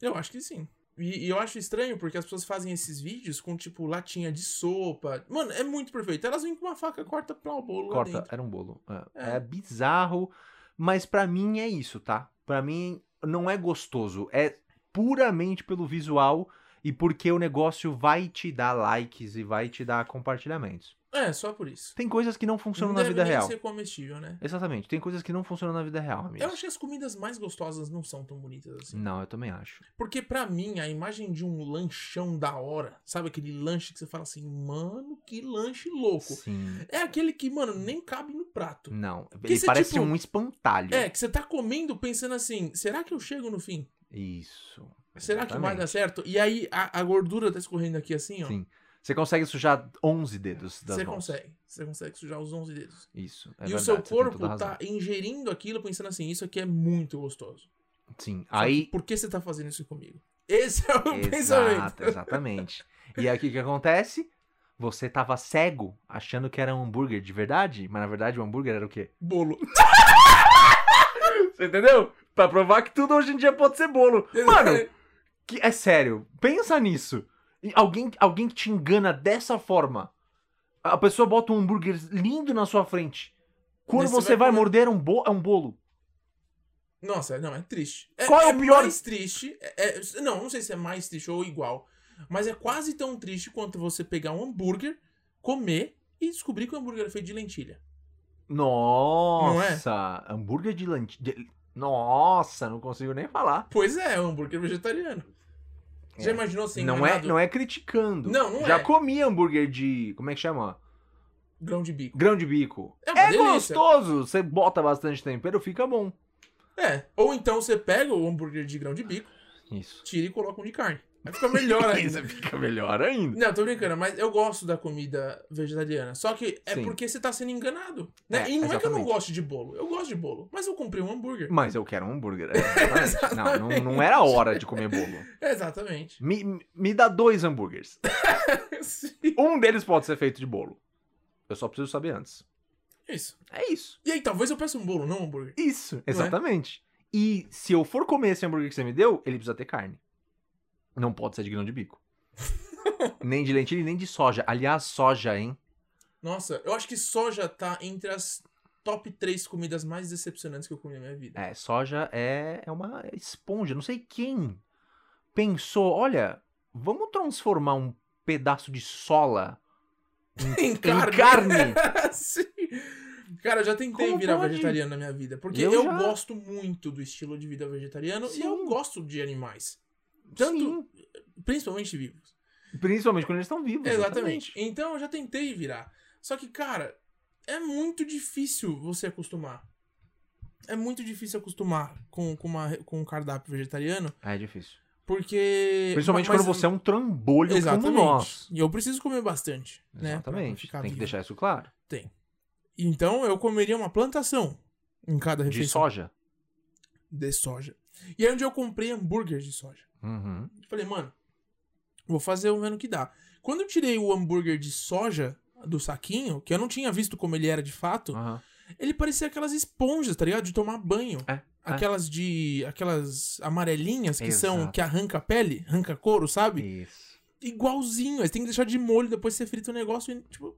B: Eu acho que sim. E, e eu acho estranho porque as pessoas fazem esses vídeos com, tipo, latinha de sopa. Mano, é muito perfeito. Elas vêm com uma faca, corta pra o bolo lá
A: Corta,
B: dentro.
A: era um bolo. É,
B: É.
A: é bizarro, mas pra mim é isso, tá? Pra mim não é gostoso, é puramente pelo visual e porque o negócio vai te dar likes e vai te dar compartilhamentos.
B: É, só por isso.
A: Tem coisas que não funcionam
B: não
A: na vida
B: nem
A: real.
B: ser comestível, né?
A: Exatamente, tem coisas que não funcionam na vida real,
B: Eu
A: amigos.
B: acho que as comidas mais gostosas não são tão bonitas assim.
A: Não, eu também acho.
B: Porque pra mim, a imagem de um lanchão da hora, sabe aquele lanche que você fala assim, mano, que lanche louco.
A: Sim. Hum.
B: É aquele que, mano, nem cabe no prato.
A: Não,
B: Que
A: ele
B: se,
A: parece
B: tipo,
A: um espantalho.
B: É, que você tá comendo pensando assim, será que eu chego no fim?
A: Isso.
B: Será que vai
A: Exatamente.
B: dar certo? E aí a, a gordura tá escorrendo aqui assim, ó.
A: Sim, Você consegue sujar 11 dedos das
B: Você
A: mãos.
B: consegue. Você consegue sujar os 11 dedos.
A: Isso. é
B: e o
A: verdade,
B: seu
A: você tem
B: corpo
A: toda a razão.
B: tá ingerindo aquilo pensando assim, isso aqui é muito gostoso.
A: Sim.
B: Só que
A: Aí.
B: Por que você tá fazendo isso comigo? Esse é o pensamento.
A: Exato, exatamente. E aí o que, que acontece? Você tava cego, achando que era um hambúrguer de verdade, mas na verdade o hambúrguer era o quê?
B: Bolo.
A: Você entendeu? Pra provar que tudo hoje em dia pode ser bolo. Mano, que, é sério, pensa nisso. E Alguém, alguém que te engana dessa forma. A pessoa bota um hambúrguer lindo na sua frente. Quando
B: Mas você
A: você
B: vai
A: vai,
B: comer.
A: morder um bo- é um bolo.
B: Nossa, não, é triste.
A: Qual é o pior-
B: mais triste. é- é- não, não sei se é mais triste ou igual. Mas é quase tão triste quanto você pegar um hambúrguer, comer e descobrir que o hambúrguer é feito de lentilha.
A: é? Nossa, hambúrguer de lentilha. Nossa, não consigo nem falar.
B: Pois é, é um hambúrguer vegetariano. Já
A: É.
B: imaginou assim?
A: não é, não é criticando.
B: Não, não
A: Já
B: é.
A: comi hambúrguer de, como é que chama?
B: Grão de bico.
A: Grão de bico.
B: É
A: É,
B: uma delícia.
A: gostoso, você bota bastante tempero, fica bom.
B: É. Ou então você pega o hambúrguer de grão de bico,
A: Isso.
B: tira e coloca um de carne. Aí fica melhor ainda.
A: fica melhor ainda.
B: Não, tô brincando, mas eu gosto da comida vegetariana. Só que é
A: Sim.
B: porque você tá sendo enganado. Né?
A: É,
B: e não é que eu não
A: exatamente.
B: gosto de bolo. Eu gosto de bolo. Mas eu comprei um hambúrguer.
A: Mas eu quero um hambúrguer. é, exatamente. não, não, não era hora de comer bolo.
B: Exatamente.
A: Me, me dá dois hambúrgueres.
B: Sim.
A: Um deles pode ser feito de bolo. Eu só preciso saber antes.
B: Isso.
A: É isso.
B: E aí, talvez eu peça um bolo, não um hambúrguer.
A: Isso, exatamente. E se eu for comer esse hambúrguer que você me deu, ele precisa ter carne. Não pode ser de grão de bico. nem de lentilha, e nem de soja. Aliás, soja, hein?
B: Nossa, eu acho que soja tá entre as top três comidas mais decepcionantes que eu comi na minha vida.
A: É, soja é, é uma esponja. Não sei quem pensou, olha, vamos transformar um pedaço de sola
B: em
A: em carne.
B: Sim. Cara, eu já tentei
A: Como
B: virar
A: pode?
B: vegetariano na minha vida. Porque eu,
A: Eu já.
B: gosto muito do estilo de vida vegetariano e
A: Sim.
B: eu gosto de animais. Tanto-
A: Sim,
B: Principalmente vivos.
A: Então, principalmente quando eles estão vivos.
B: Exatamente. Então eu já tentei virar. Só que, cara, é muito difícil você acostumar. É muito difícil acostumar com, com, uma, com um cardápio vegetariano,
A: É difícil.
B: porque.
A: Principalmente
B: mas-
A: quando você é um trambolho como
B: Exatamente.
A: nós.
B: E eu preciso comer bastante. Né, pra- pra
A: Exatamente.
B: ficar
A: Tem que
B: vivo.
A: deixar isso claro.
B: Então eu comeria uma plantação em cada refeição.
A: De soja.
B: de soja. E aí onde eu comprei hambúrguer de soja.
A: Uhum.
B: Falei, mano, vou fazer um vendo que dá. Quando eu tirei o hambúrguer de soja do saquinho, que eu não tinha visto como ele era de fato,
A: Aham.
B: ele parecia aquelas esponjas, tá ligado? De tomar banho.
A: É, é.
B: Aquelas de. aquelas amarelinhas que são.
A: Exato.
B: que arranca a pele, arranca couro, sabe?
A: Isso.
B: Igualzinho. Aí você tem que deixar de molho, depois você frita o negócio e, tipo.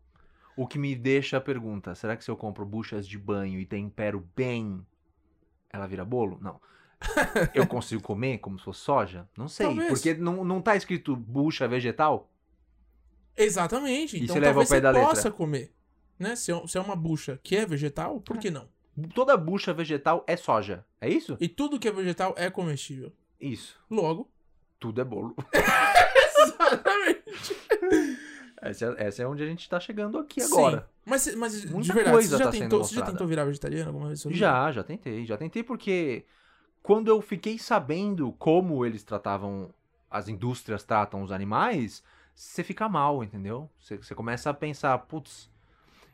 A: O que me deixa a pergunta: será que se eu compro buchas de banho e tempero bem, ela vira bolo? Não. Eu consigo comer como se fosse soja? Não sei.
B: Talvez.
A: Porque não, não tá escrito bucha vegetal?
B: Exatamente.
A: E
B: Então
A: você leva
B: talvez
A: ao pé da
B: você
A: letra.
B: possa comer. Né? Se é, se é uma bucha que é vegetal, por que não?
A: Toda bucha vegetal é soja. É isso?
B: E tudo que é vegetal é comestível.
A: Isso.
B: Logo.
A: Tudo é bolo.
B: Exatamente.
A: Essa, é- essa é onde a gente tá chegando aqui agora.
B: Mas, cê- mas de
A: Muita
B: verdade,
A: coisa
B: você já,
A: tá sendo
B: tentou, você já
A: mostrada.
B: tentou virar vegetariano alguma vez? na sua vida?
A: Já, já tentei. Já tentei porque quando eu fiquei sabendo como eles tratavam, as indústrias tratam os animais, você fica mal, entendeu? Você, você começa a pensar, putz,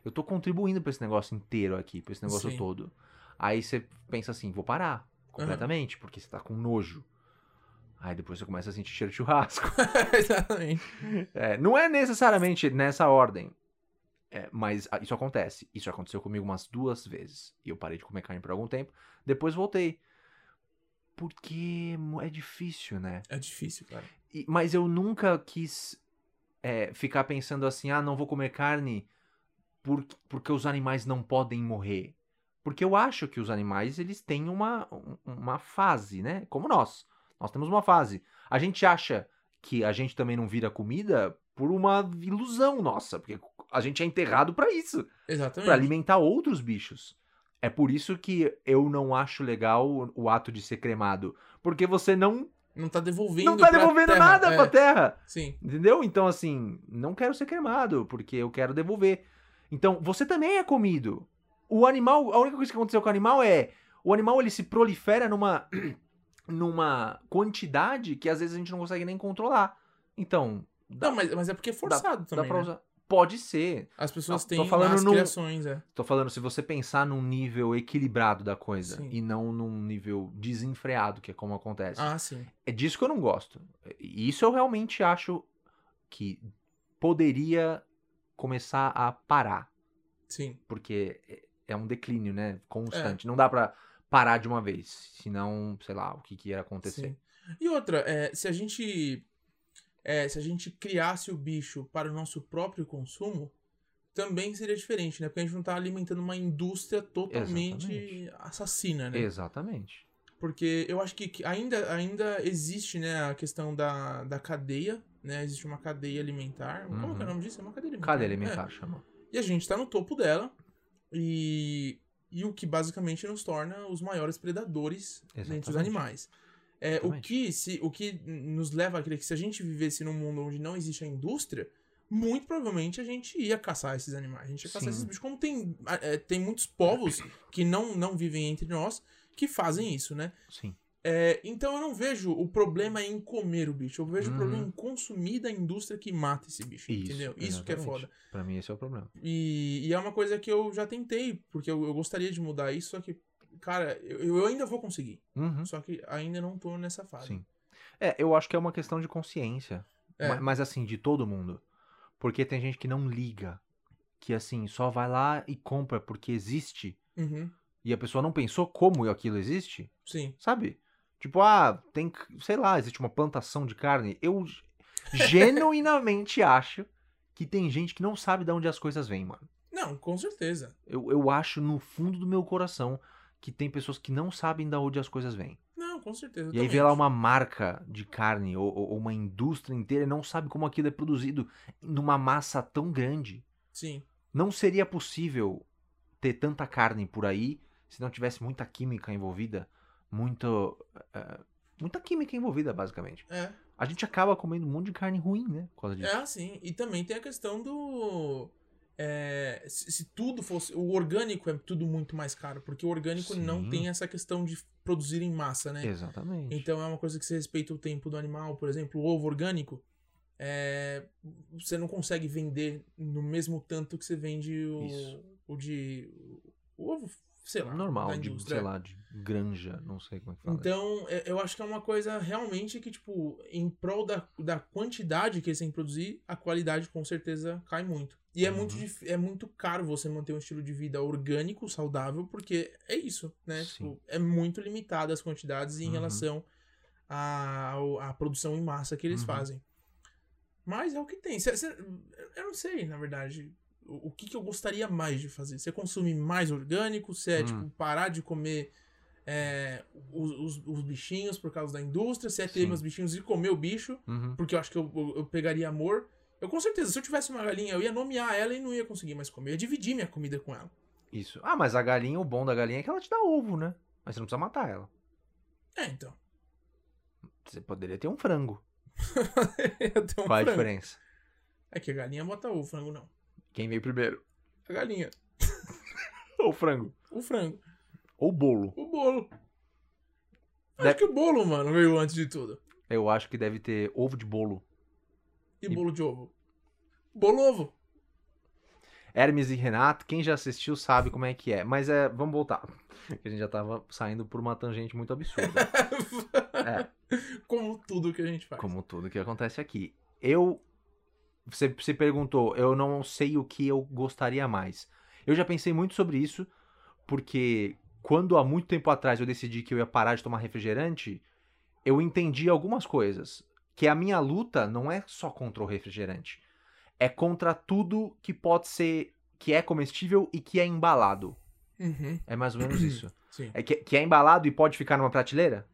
A: eu tô contribuindo pra esse negócio inteiro aqui, pra esse negócio
B: Sim.
A: todo. Aí você pensa assim, vou parar completamente, porque você tá com nojo. Aí depois você começa a sentir cheiro de churrasco.
B: Exatamente.
A: É, não é necessariamente nessa ordem. É, mas ah, isso acontece. Isso aconteceu comigo umas duas vezes. E eu parei de comer carne por algum tempo. Depois voltei. Porque mo- é difícil, né?
B: É difícil, cara.
A: E- mas eu nunca quis é, ficar pensando assim: ah, não vou comer carne por- porque os animais não podem morrer. Porque eu acho que os animais eles têm uma, um- uma fase, né? Como nós. Nós temos uma fase. A gente acha que a gente também não vira comida por uma ilusão nossa. Porque a gente é enterrado pra isso.
B: Exatamente.
A: Pra alimentar outros bichos. É por isso que eu não acho legal o- o ato de ser cremado. Porque você não,
B: Não tá devolvendo
A: não tá
B: pra
A: devolvendo
B: terra,
A: nada
B: é,
A: pra terra.
B: Sim.
A: Entendeu? Então, assim, não quero ser cremado, porque eu quero devolver. Então, você também é comido. O animal, a única coisa que aconteceu com o animal é. O animal ele se prolifera numa, numa quantidade que às vezes a gente não consegue nem controlar. Então,
B: Não, mas, mas é porque é forçado
A: dá
B: também.
A: pra
B: né?
A: usar. Pode ser.
B: As pessoas
A: Não, tô
B: têm
A: falando
B: as
A: num-
B: criações, é.
A: Tô falando, se você pensar num nível equilibrado da coisa
B: Sim.
A: e não num nível desenfreado, que é como acontece.
B: Ah, sim.
A: É disso que eu não gosto. E Isso eu realmente acho que poderia começar a parar,
B: Sim.
A: porque é um declínio, né?
B: É.
A: Constante. Não dá pra parar de uma vez, senão, sei lá, o que, que ia acontecer.
B: Sim. E outra, é, se a gente é, se a gente criasse o bicho para o nosso próprio consumo, também seria diferente, né? Porque a gente não tá alimentando uma indústria totalmente
A: Exatamente.
B: assassina, né?
A: Exatamente.
B: Porque eu acho que que ainda, ainda existe, né, a questão da, da cadeia, né? Existe uma cadeia alimentar. Como que é
A: Uhum.
B: o nome disso? É uma cadeia alimentar.
A: Cadê
B: né?
A: alimentar, chama?
B: É. E a gente tá no topo dela. E, e o que basicamente nos torna os maiores predadores entre os
A: Exatamente.
B: animais. É, o,
A: Exatamente.
B: que se, o que nos leva a crer que se a gente vivesse num mundo onde não existe a indústria, muito provavelmente a gente ia caçar esses animais. A gente ia caçar
A: Sim.
B: esses bichos. Como tem, é, tem muitos povos que não, não vivem entre nós que fazem isso, né?
A: Sim.
B: É, então eu não vejo o problema em comer o bicho. Eu vejo
A: Uhum.
B: o problema em consumir da indústria que mata esse bicho, entendeu? Isso que é
A: exatamente.
B: foda.
A: Pra mim, esse é o problema.
B: E, e é uma coisa que eu já tentei, porque eu, eu gostaria de mudar isso, só que, cara, eu, eu ainda vou conseguir.
A: Uhum,
B: Só que ainda não tô nessa fase.
A: Sim. É, eu acho que é uma questão de consciência.
B: É.
A: Ma- Mas assim, de todo mundo. Porque tem gente que não liga. Que assim, só vai lá e compra porque existe.
B: Uhum,
A: e a pessoa não pensou como aquilo existe,
B: sim.
A: sabe? Tipo, ah, tem, c- sei lá, existe uma plantação de carne. Eu g- genuinamente acho que tem gente que não sabe de onde as coisas vêm, mano.
B: Não, com certeza.
A: Eu, eu acho no fundo do meu coração que tem pessoas que não sabem de onde as coisas vêm.
B: Não, com certeza.
A: E aí
B: totalmente.
A: vê lá uma marca de carne ou, ou- ou uma indústria inteira e não sabe como aquilo é produzido numa massa tão grande.
B: Sim,
A: Não seria possível ter tanta carne por aí se não tivesse muita química envolvida, muito, eh, muita química envolvida, basicamente.
B: é.
A: A gente acaba comendo um monte de carne ruim, né? Por causa disso.
B: É assim. E também tem a questão do. é, se, se tudo fosse. O orgânico é tudo muito mais caro, porque o orgânico não
A: Sim.
B: tem essa questão de produzir em massa, né?
A: Exatamente.
B: Então é uma coisa que você respeita o tempo do animal, por exemplo, o ovo orgânico. é, você não consegue vender no mesmo tanto que você vende
A: Isso.
B: o, o de. O ovo, sei lá. da
A: Normal, de,
B: indústria.
A: sei lá, de granja, não sei como é que fala.
B: Então, é- eu acho que é uma coisa realmente que, tipo, em prol da, da quantidade que eles têm que produzir, a qualidade com certeza cai muito. E é,
A: Uhum.
B: muito, dif- é muito caro você manter um estilo de vida orgânico, saudável, porque é isso, né?
A: Sim.
B: Tipo, é muito limitada as quantidades em
A: Uhum.
B: relação à, ao- à produção em massa que eles
A: Uhum.
B: fazem. Mas é o que tem. Cê- cê- eu não sei, na verdade, o, o que, que eu gostaria mais de fazer. Você consumir mais orgânico, você é,
A: Hum.
B: tipo, parar de comer é, os, os- os bichinhos por causa da indústria, se é ter
A: Sim.
B: meus bichinhos e comer o bicho,
A: Uhum.
B: porque eu acho que eu, eu- eu pegaria amor. Eu com certeza, se eu tivesse uma galinha, eu ia nomear ela e não ia conseguir mais comer. Eu ia dividir minha comida com ela.
A: Isso. Ah, mas a galinha, o bom da galinha é que ela te dá ovo, né? Mas você não precisa matar ela.
B: É, então.
A: Você poderia ter um frango.
B: Eu tenho um
A: Qual é a
B: frango.
A: diferença?
B: É que a galinha bota ovo, o frango não.
A: Quem veio primeiro?
B: A galinha,
A: Ou o frango.
B: o frango,
A: Ou o bolo.
B: o bolo.
A: Deve-
B: Acho que o bolo, mano, veio antes de tudo.
A: Eu acho que deve ter ovo de bolo.
B: E,
A: E-
B: bolo de ovo. Bolo ovo.
A: Hermes e Renato, quem já assistiu sabe como é que é. Mas é, vamos voltar. Que a gente já tava saindo por uma tangente muito absurda.
B: Como tudo que a gente faz.
A: como tudo que acontece aqui. Eu. Você se perguntou, eu não sei o que eu gostaria mais. Eu já pensei muito sobre isso, porque quando há muito tempo atrás eu decidi que eu ia parar de tomar refrigerante, eu entendi algumas coisas. Que a minha luta não é só contra o refrigerante. É contra tudo que pode ser. que é comestível e que é embalado.
B: Uhum,
A: É mais ou menos isso.
B: sim.
A: É que, que é embalado e pode ficar numa prateleira?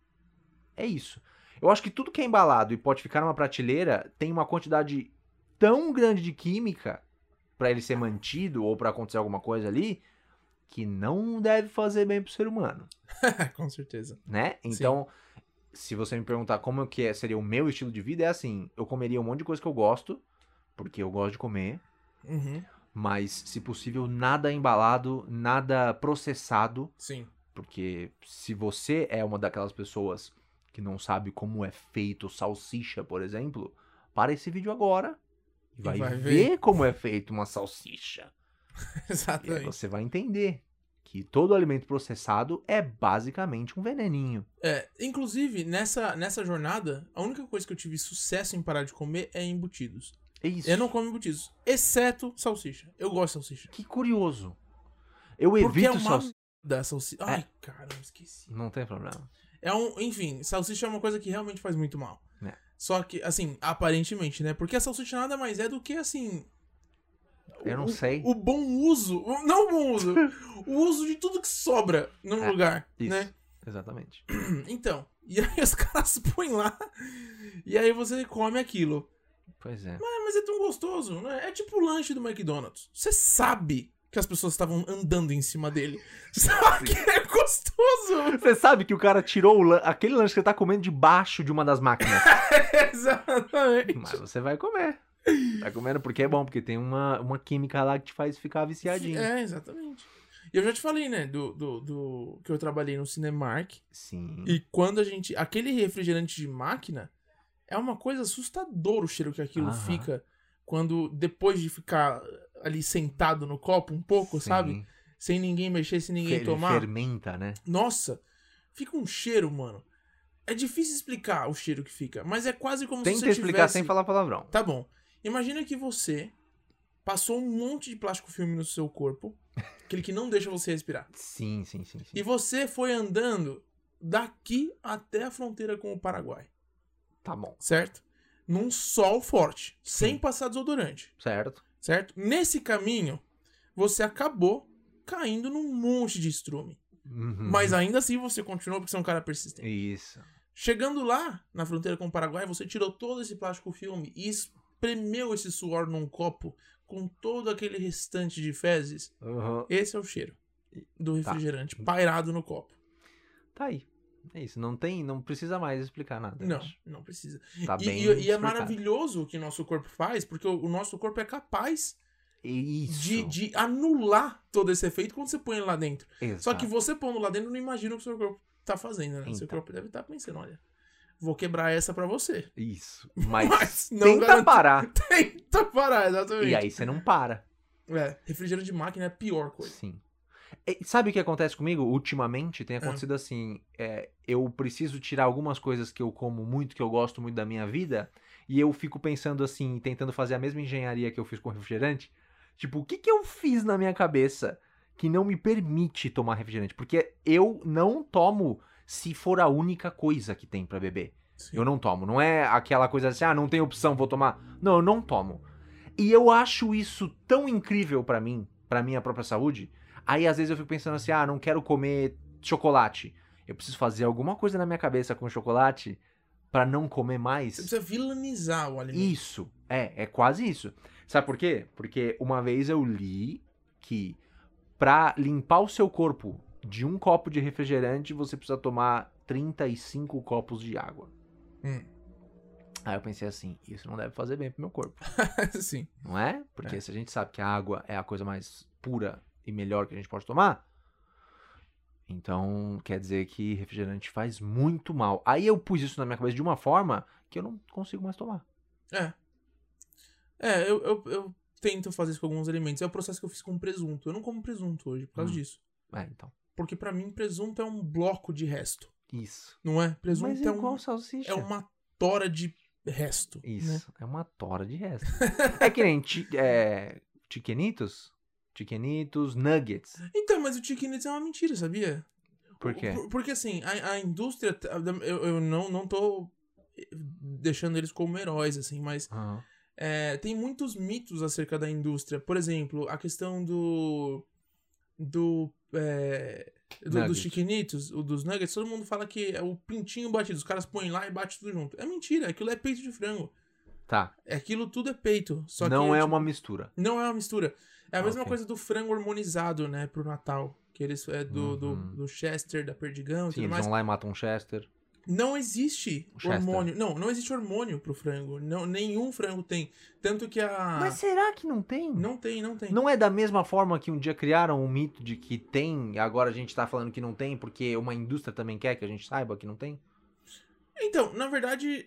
A: É isso. Eu acho que tudo que é embalado e pode ficar numa prateleira tem uma quantidade tão grande de química pra ele ser mantido ou pra acontecer alguma coisa ali que não deve fazer bem pro ser humano, É,
B: Com certeza.
A: né? Então, se você me perguntar como que é- seria o meu estilo de vida, é assim, eu comeria um monte de coisa que eu gosto, porque eu gosto de comer,
B: Uhum.
A: mas se possível nada embalado, nada processado,
B: Sim.
A: porque se você é uma daquelas pessoas que não sabe como é feito salsicha, por exemplo, para esse vídeo agora e vai,
B: vai
A: ver,
B: ver. é
A: como é feito uma salsicha. E aí
B: Exatamente.
A: você vai entender que todo alimento processado é basicamente um veneninho.
B: É, inclusive, nessa, nessa jornada, a única coisa que eu tive sucesso em parar de comer é embutidos.
A: É isso.
B: Eu não como embutidos, exceto salsicha. Eu gosto de salsicha.
A: Que curioso. Eu
B: Porque é
A: evito É.
B: uma
A: salsicha.
B: merda, salsicha. Ai, caramba, esqueci.
A: Não tem problema.
B: É um, enfim, salsicha é uma coisa que realmente faz muito mal.
A: É.
B: Só que, assim, aparentemente, né? Porque a salsicha nada mais é do que, assim.
A: Eu não
B: o-
A: sei.
B: O bom uso, o- não o bom uso, o uso de tudo que sobra num
A: É,
B: lugar,
A: Isso.
B: né?
A: Exatamente.
B: Então, e aí os caras põem lá, e aí você come aquilo.
A: Pois é.
B: Ah, mas é tão gostoso, né? É tipo o lanche do McDonald's. Você sabe que as pessoas estavam andando em cima dele. Sabe que é gostoso?
A: Você sabe que o cara tirou o lan- aquele lanche que você tá comendo debaixo de uma das máquinas.
B: Exatamente.
A: Mas você vai comer. Tá comendo porque é bom, porque tem uma, uma química lá que te faz ficar viciadinho.
B: É, exatamente. E eu já te falei, né, do, do, do- que eu trabalhei no Cinemark.
A: Sim.
B: E quando a gente. Aquele refrigerante de máquina é uma coisa assustadora o cheiro que aquilo
A: Aham.
B: fica quando depois de ficar ali sentado no copo um pouco,
A: Sim.
B: sabe? Sem ninguém mexer, sem ninguém
A: Fer-
B: tomar.
A: Fermenta, né?
B: Nossa, fica um cheiro, mano. É difícil explicar o cheiro que fica, mas é quase como se
A: Tenta
B: você
A: explicar
B: tivesse...
A: sem falar palavrão.
B: Tá bom. Imagina que você passou um monte de plástico filme no seu corpo, aquele que não deixa você respirar.
A: Sim, sim, sim. sim.
B: E você foi andando daqui até a fronteira com o Paraguai,
A: Tá bom.
B: certo? Num sol forte, sem
A: Sim.
B: passar desodorante,
A: Certo?
B: certo? Nesse caminho, você acabou caindo num monte de estrume.
A: Uhum.
B: Mas ainda assim você continuou porque você é um cara persistente.
A: Isso.
B: Chegando lá, na fronteira com o Paraguai, você tirou todo esse plástico filme e espremeu esse suor num copo com todo aquele restante de fezes.
A: Uhum.
B: Esse é o cheiro do
A: Tá.
B: refrigerante pairado no copo.
A: Tá aí. É isso. Não tem. Não precisa mais explicar nada.
B: Não,
A: acho.
B: não precisa.
A: Tá
B: E,
A: bem.
B: e- e é
A: explicado.
B: maravilhoso o que nosso corpo faz, porque o, o nosso corpo é capaz
A: Isso.
B: de, de anular todo esse efeito quando você põe ele lá dentro.
A: Exato.
B: Só que você pondo lá dentro não imagina o que o seu corpo tá fazendo, né? Seu
A: Então.
B: corpo deve estar pensando, olha, vou quebrar essa pra você.
A: Isso. Mas,
B: Mas não
A: tenta
B: garanto-
A: parar.
B: Tenta parar, exatamente.
A: E aí você não para.
B: É, refrigerante de máquina é a pior coisa.
A: Sim. É, E sabe o que acontece comigo? Ultimamente tem acontecido assim: é, eu preciso tirar algumas coisas que eu como muito, que eu gosto muito da minha vida, e eu fico pensando assim, tentando fazer a mesma engenharia que eu fiz com refrigerante. Tipo, o que, que eu fiz na minha cabeça que não me permite tomar refrigerante? Porque eu não tomo se for a única coisa que tem pra beber.
B: Sim.
A: Eu não tomo. Não é aquela coisa assim, ah, não tem opção, vou tomar. Não, eu não tomo. E eu acho isso tão incrível pra mim, pra minha própria saúde. Aí às vezes eu fico pensando assim, ah, não quero comer chocolate. Eu preciso fazer alguma coisa na minha cabeça com chocolate pra não comer
B: Você
A: mais.
B: precisa vilanizar o alimento.
A: Isso. É, é quase isso. Sabe por quê? Porque uma vez eu li que pra limpar o seu corpo de um copo de refrigerante, você precisa tomar 35 copos de água.
B: Hum.
A: Aí eu pensei assim, isso não deve fazer bem pro meu corpo,
B: Sim.
A: não é? Porque se a gente sabe que a água é a coisa mais pura e melhor que a gente pode tomar, então quer dizer que refrigerante faz muito mal. Aí eu pus isso na minha cabeça de uma forma que eu não consigo mais tomar.
B: É. É, eu, eu, eu tento fazer isso com alguns alimentos. É o processo que eu fiz com presunto. Eu não como presunto hoje por causa
A: Hum.
B: disso.
A: É, então.
B: Porque pra mim, presunto é um bloco de resto.
A: Isso.
B: Não é? Presunto
A: Mas então
B: é,
A: igual
B: um,
A: salsicha.
B: é uma tora de resto. né?
A: Isso, é uma tora de resto. é que nem chi- é, chiquenitos, chiquenitos, nuggets.
B: Então, mas o chicken nuggets é uma mentira, sabia?
A: Por quê?
B: porque assim, a, a indústria. Eu, eu não, não tô deixando eles como heróis, assim, mas
A: Aham.
B: É, tem muitos mitos acerca da indústria. Por exemplo, a questão do. Do. É, do dos
A: Nuggets.
B: chiquinitos, o dos nuggets, todo mundo fala que é o pintinho batido. Os caras põem lá e bate tudo junto. É mentira, aquilo é peito de frango.
A: Tá.
B: Aquilo tudo é peito. Só que,
A: Não é
B: tipo,
A: uma mistura.
B: Não é uma mistura. É a
A: Ah,
B: mesma
A: ok.
B: coisa do frango harmonizado, né, pro Natal. Que eles é do, do,
A: Uhum.
B: do Chester, da Perdigão e
A: Sim,
B: tudo
A: eles
B: mais.
A: vão lá e matam um Chester.
B: Não existe
A: O Chester.
B: hormônio. Não, não existe hormônio pro frango. Não, nenhum frango tem. Tanto que a.
A: Mas será que não tem?
B: Ah. Não tem, não tem.
A: Não é da mesma forma que um dia criaram o mito de que tem, e agora a gente tá falando que não tem, porque uma indústria também quer que a gente saiba que não tem?
B: Então, na verdade,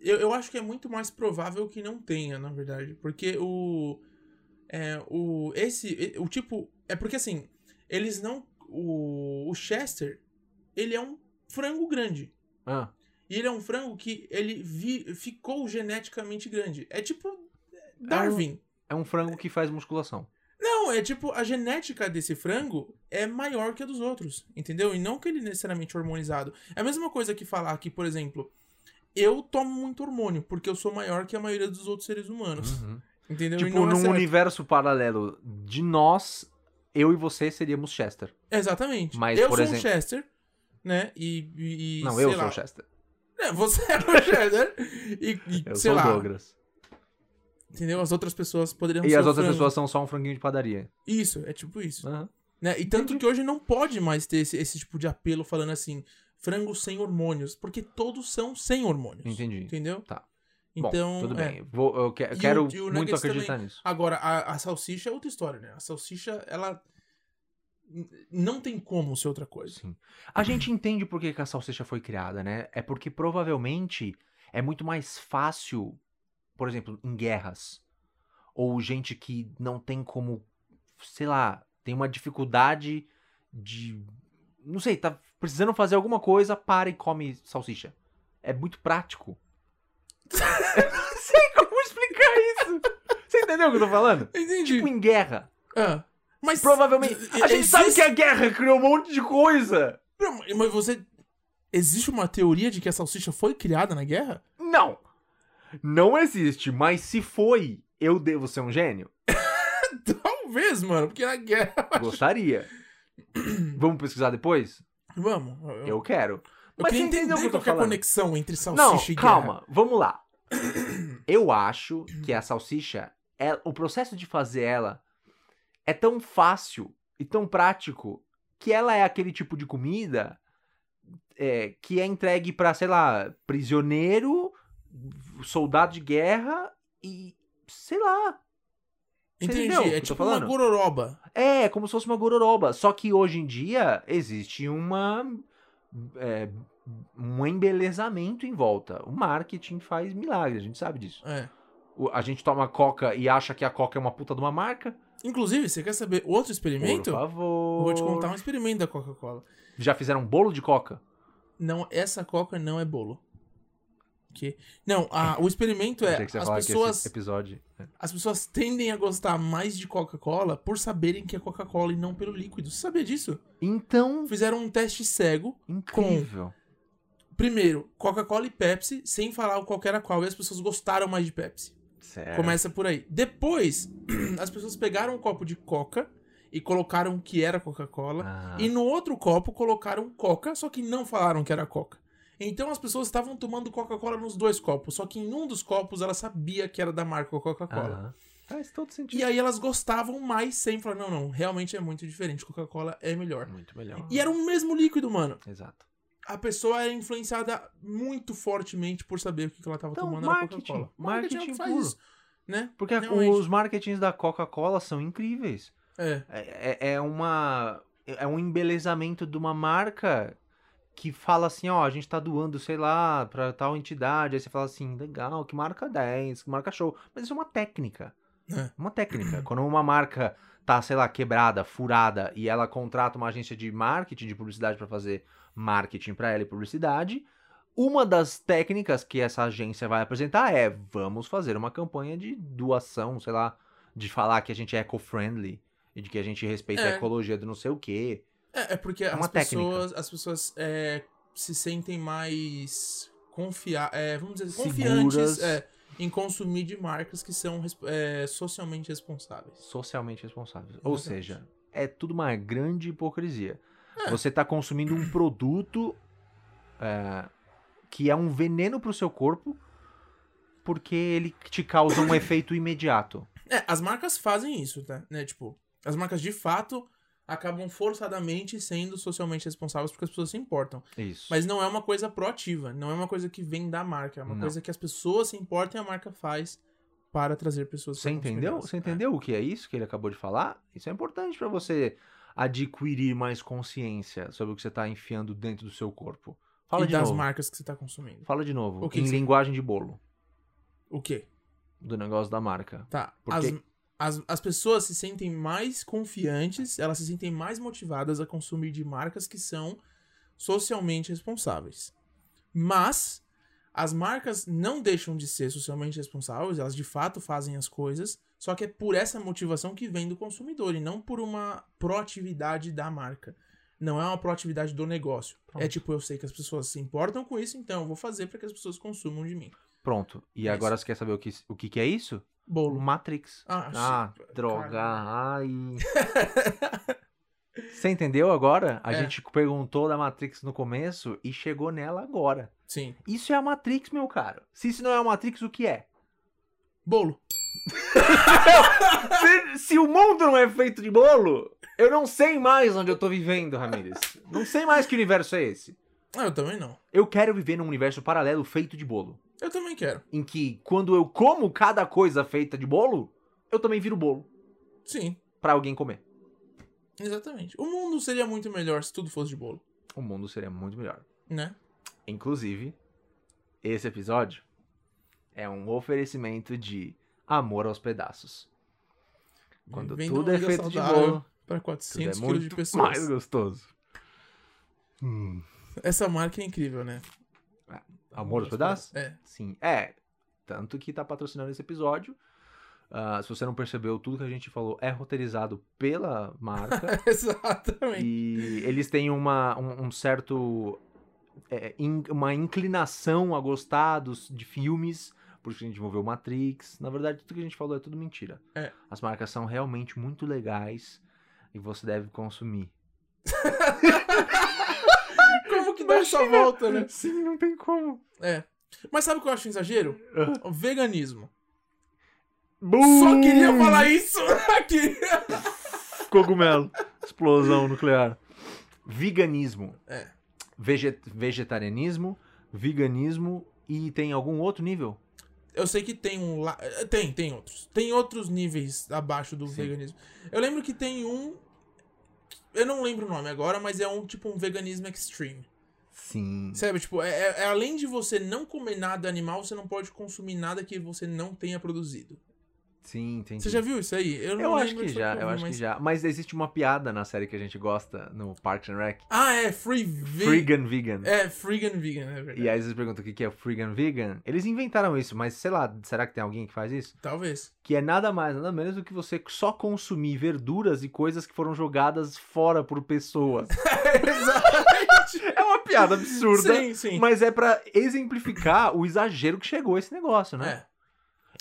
B: eu, eu acho que é muito mais provável que não tenha, na verdade. Porque o. É, o. Esse. e- O tipo. É porque assim, eles não. O, o Chester, ele é um frango grande.
A: Ah,
B: E ele é um frango que ele vi- ficou geneticamente grande. É tipo.
A: um-
B: Darwin.
A: é um frango que faz musculação.
B: Não, é tipo, a genética desse frango é maior que a dos outros, entendeu? E não que ele é necessariamente hormonizado. É a mesma coisa que falar que, por exemplo, eu tomo muito hormônio, porque eu sou maior que a maioria dos outros seres humanos.
A: Uhum.
B: Entendeu? e
A: Tipo,
B: não é
A: num
B: certo.
A: universo paralelo de nós, eu e você seríamos Chester.
B: Exatamente.
A: Mas,
B: eu
A: por
B: sou um
A: exemplo-
B: Chester, né? E. e- e,
A: não,
B: sei
A: eu
B: lá.
A: sou o Chester.
B: É, você é o Chester. E, e,
A: Eu sou
B: sei
A: o
B: lá.
A: Douglas.
B: Entendeu? As outras pessoas poderiam
A: E
B: ser
A: as
B: o
A: outras
B: frango.
A: pessoas são só um franguinho de padaria.
B: Isso, é tipo isso.
A: Aham.
B: né? E tanto
A: Uhum.
B: que hoje não pode mais ter esse, esse tipo de apelo falando assim, frango sem hormônios, porque todos são sem hormônios.
A: Entendi.
B: Entendeu?
A: Tá.
B: Então,
A: Bom, tudo
B: é.
A: bem. Vou- eu que-
B: E o-
A: quero
B: e o
A: muito
B: Nuggets
A: acreditar nisso.
B: Agora, a, a salsicha é outra história, né? A salsicha, ela n- não tem como ser outra coisa.
A: Sim. A gente entende por que, que a salsicha foi criada, né? É porque provavelmente é muito mais fácil, por exemplo, em guerras. Ou gente que não tem como, sei lá, tem uma dificuldade de. Não sei, tá precisando fazer alguma coisa, para e come salsicha. É muito prático. Eu não sei como explicar isso. Você entendeu o que eu tô falando?
B: Entendi.
A: Tipo, em guerra.
B: Ah, mas
A: Provavelmente. A gente sabe que
B: existe-
A: a guerra criou um monte de coisa.
B: Não, Mas você... Existe uma teoria de que a salsicha foi criada na guerra?
A: Não! Não existe, mas se foi, eu devo ser um gênio?
B: Talvez, mano, porque na guerra...
A: Gostaria. Vamos pesquisar depois?
B: Vamos. Eu,
A: Eu quero.
B: eu
A: Mas
B: queria
A: você
B: entender
A: entendeu o que eu tô
B: qual que é a
A: falando?
B: conexão entre salsicha
A: Não,
B: e guerra.
A: calma, vamos lá. Eu acho que a salsicha, é- o processo de fazer ela é tão fácil e tão prático que ela é aquele tipo de comida é, que é entregue pra, sei lá, prisioneiro, soldado de guerra e sei lá, Você
B: Entendi.
A: entendeu o que
B: É
A: eu tô
B: tipo uma
A: falando?
B: gororoba.
A: É, é como se fosse uma gororoba. Só que hoje em dia existe uma. é, um embelezamento em volta. O marketing faz milagres, a gente sabe disso.
B: É.
A: O- a gente toma coca e acha que a coca é uma puta de uma marca.
B: Inclusive, você quer saber outro
A: Por
B: experimento?
A: favor.
B: Vou te contar um experimento da Coca-Cola.
A: Já fizeram um bolo de coca?
B: Não, essa Coca não é bolo. Que... Não, a- o experimento é
A: Achei que você ia
B: as
A: falar que
B: pessoas,
A: esse tipo episódio.
B: as pessoas tendem a gostar mais de Coca-Cola por saberem que é Coca-Cola e não pelo líquido. Você sabia disso?
A: Então,
B: Fizeram um teste cego.
A: incrível.
B: Primeiro, Coca-Cola e Pepsi, sem falar o qual era qual, e as pessoas gostaram mais de Pepsi.
A: Certo.
B: Começa por aí. Depois, as pessoas pegaram um copo de Coca e colocaram o que era Coca-Cola.
A: Ah,
B: E no outro copo colocaram coca, só que não falaram que era coca. Então as pessoas estavam tomando Coca-Cola nos dois copos, só que em um dos copos ela sabia que era da marca Coca-Cola.
A: aham. ah. Faz todo sentido.
B: E aí elas gostavam mais sem falar, não, não, realmente é muito diferente, Coca-Cola é melhor.
A: Muito melhor.
B: E era um o mesmo líquido, mano.
A: Exato.
B: A pessoa era influenciada muito fortemente por saber o que que ela tava
A: Então,
B: tomando
A: marketing.
B: era Coca-Cola. é o que
A: Marketing
B: faz
A: puro.
B: isso, né?
A: Porque a-
B: Realmente.
A: os marketings da Coca-Cola são incríveis.
B: É.
A: É, é- é uma. É um embelezamento de uma marca que fala assim, ó, a gente tá doando, sei lá, pra tal entidade. Aí você fala assim, legal, que marca 10, que marca show. Mas isso é uma técnica.
B: É.
A: Uma técnica. Quando uma marca tá, sei lá, quebrada, furada, e ela contrata uma agência de marketing, de publicidade pra fazer marketing pra ela e publicidade, uma das técnicas que essa agência vai apresentar é vamos fazer uma campanha de doação, sei lá, de falar que a gente é eco-friendly e de que a gente respeita
B: É.
A: a ecologia do não sei o quê.
B: É, é porque
A: uma
B: as,
A: técnica.
B: pessoas, as pessoas é, se sentem mais confia é, vamos dizer,
A: Seguras.
B: confiantes é, em consumir de marcas que são resp- é, socialmente responsáveis.
A: Socialmente responsáveis. Ou
B: Exatamente.
A: seja, é tudo uma grande hipocrisia.
B: É.
A: Você tá consumindo um produto é, que é um veneno pro seu corpo porque ele te causa um efeito imediato.
B: É, as marcas fazem isso, tá? Né? Tipo, as marcas de fato acabam forçadamente sendo socialmente responsáveis porque as pessoas se importam.
A: Isso.
B: Mas não é uma coisa proativa, não é uma coisa que vem da marca, é uma
A: Não.
B: coisa que as pessoas se importam e a marca faz para trazer pessoas
A: Você
B: pra consumir
A: entendeu?
B: elas.
A: Você entendeu o que é isso que ele acabou de falar? Isso é importante pra você adquirir mais consciência sobre o que você tá enfiando dentro do seu corpo. Fala
B: e
A: de
B: das
A: novo.
B: marcas que você está consumindo.
A: Fala de novo.
B: O que
A: em
B: que você-
A: linguagem de bolo
B: O quê?
A: do negócio da marca.
B: Tá.
A: Por
B: as,
A: quê?
B: as, as pessoas se sentem mais confiantes, elas se sentem mais motivadas a consumir de marcas que são socialmente responsáveis. Mas as marcas não deixam de ser socialmente responsáveis, elas de fato fazem as coisas, só que é por essa motivação que vem do consumidor e não por uma proatividade da marca. Não é uma proatividade do negócio.
A: Pronto.
B: É tipo, eu sei que as pessoas se importam com isso, então eu vou fazer para que as pessoas consumam de mim.
A: Pronto. E
B: Isso.
A: agora você quer saber o que, o que, que é isso?
B: Bolo.
A: Matrix.
B: Ah,
A: Ah,
B: shit.
A: droga.
B: Cara.
A: Ai. Você entendeu agora? A
B: É.
A: gente perguntou da Matrix no começo e chegou nela agora.
B: Sim.
A: Isso é a Matrix, meu caro. Se isso não é a Matrix, o que é?
B: Bolo.
A: Se, se o mundo não é feito de bolo, eu não sei mais onde eu tô vivendo, Ramirez. Não sei mais que universo é esse.
B: Ah, eu também não.
A: Eu quero viver num universo paralelo feito de bolo.
B: Eu também quero.
A: Em que, quando eu como cada coisa feita de bolo, eu também viro bolo
B: Sim,
A: pra alguém comer.
B: exatamente. O mundo seria muito melhor se tudo fosse de bolo,
A: O mundo seria muito melhor.
B: né?
A: Inclusive, esse episódio é um oferecimento de amor aos pedaços. Quando
B: Vivendo
A: tudo
B: uma
A: é
B: vida
A: feito de
B: saudável
A: bolo,
B: Para
A: tudo é
B: 400 quilos de
A: muito
B: pessoas.
A: mais gostoso. Hum.
B: Essa marca é incrível, né?
A: Ah, Amor aos Pedaços?
B: É.
A: Sim, é. Tanto que tá patrocinando esse episódio. Ah, se você não percebeu, tudo que a gente falou é roteirizado pela marca.
B: Exatamente.
A: e eles têm uma, um, um certo. é, in- uma inclinação a gostar dos, de filmes, por isso que a gente envolveu Matrix. Na verdade, tudo que a gente falou é tudo mentira.
B: É.
A: As marcas são realmente muito legais e você deve consumir.
B: Como que dá essa
A: Imagina.
B: volta, né?
A: Sim, não tem como.
B: É. Mas sabe o que eu acho um exagero?
A: Ah.
B: O veganismo. Só
A: Bum!
B: queria falar isso aqui.
A: Cogumelo. Explosão nuclear. Veganismo.
B: É.
A: Veget- vegetarianismo, veganismo e tem algum outro nível?
B: Eu sei que tem um lá. Tem, tem outros. Tem outros níveis abaixo do
A: Sim.
B: veganismo. Eu lembro que tem um. Eu não lembro o nome agora, mas é um tipo um veganismo extreme.
A: Sim.
B: Sabe, tipo, é, é- é além de você não comer nada animal, você não pode consumir nada que você não tenha produzido.
A: Sim, entendi.
B: Você já viu isso aí?
A: Eu,
B: não
A: acho
B: lembro
A: que
B: onde foi
A: já,
B: eu
A: eu
B: vi,
A: acho
B: mas-
A: que já. Mas existe uma piada na série que a gente gosta no Parks and Rec.
B: Ah, é, free vegan.
A: Freegan Vegan.
B: É, freegan vegan, é verdade.
A: E aí vocês perguntam o que que é o Freegan Vegan. Eles inventaram isso, mas sei lá, será que tem alguém que faz isso?
B: Talvez.
A: Que é nada mais, nada menos do que você só consumir verduras e coisas que foram jogadas fora por pessoas.
B: Exatamente.
A: É uma piada absurda.
B: sim, sim.
A: Mas é pra exemplificar o exagero que chegou esse negócio, né?
B: É.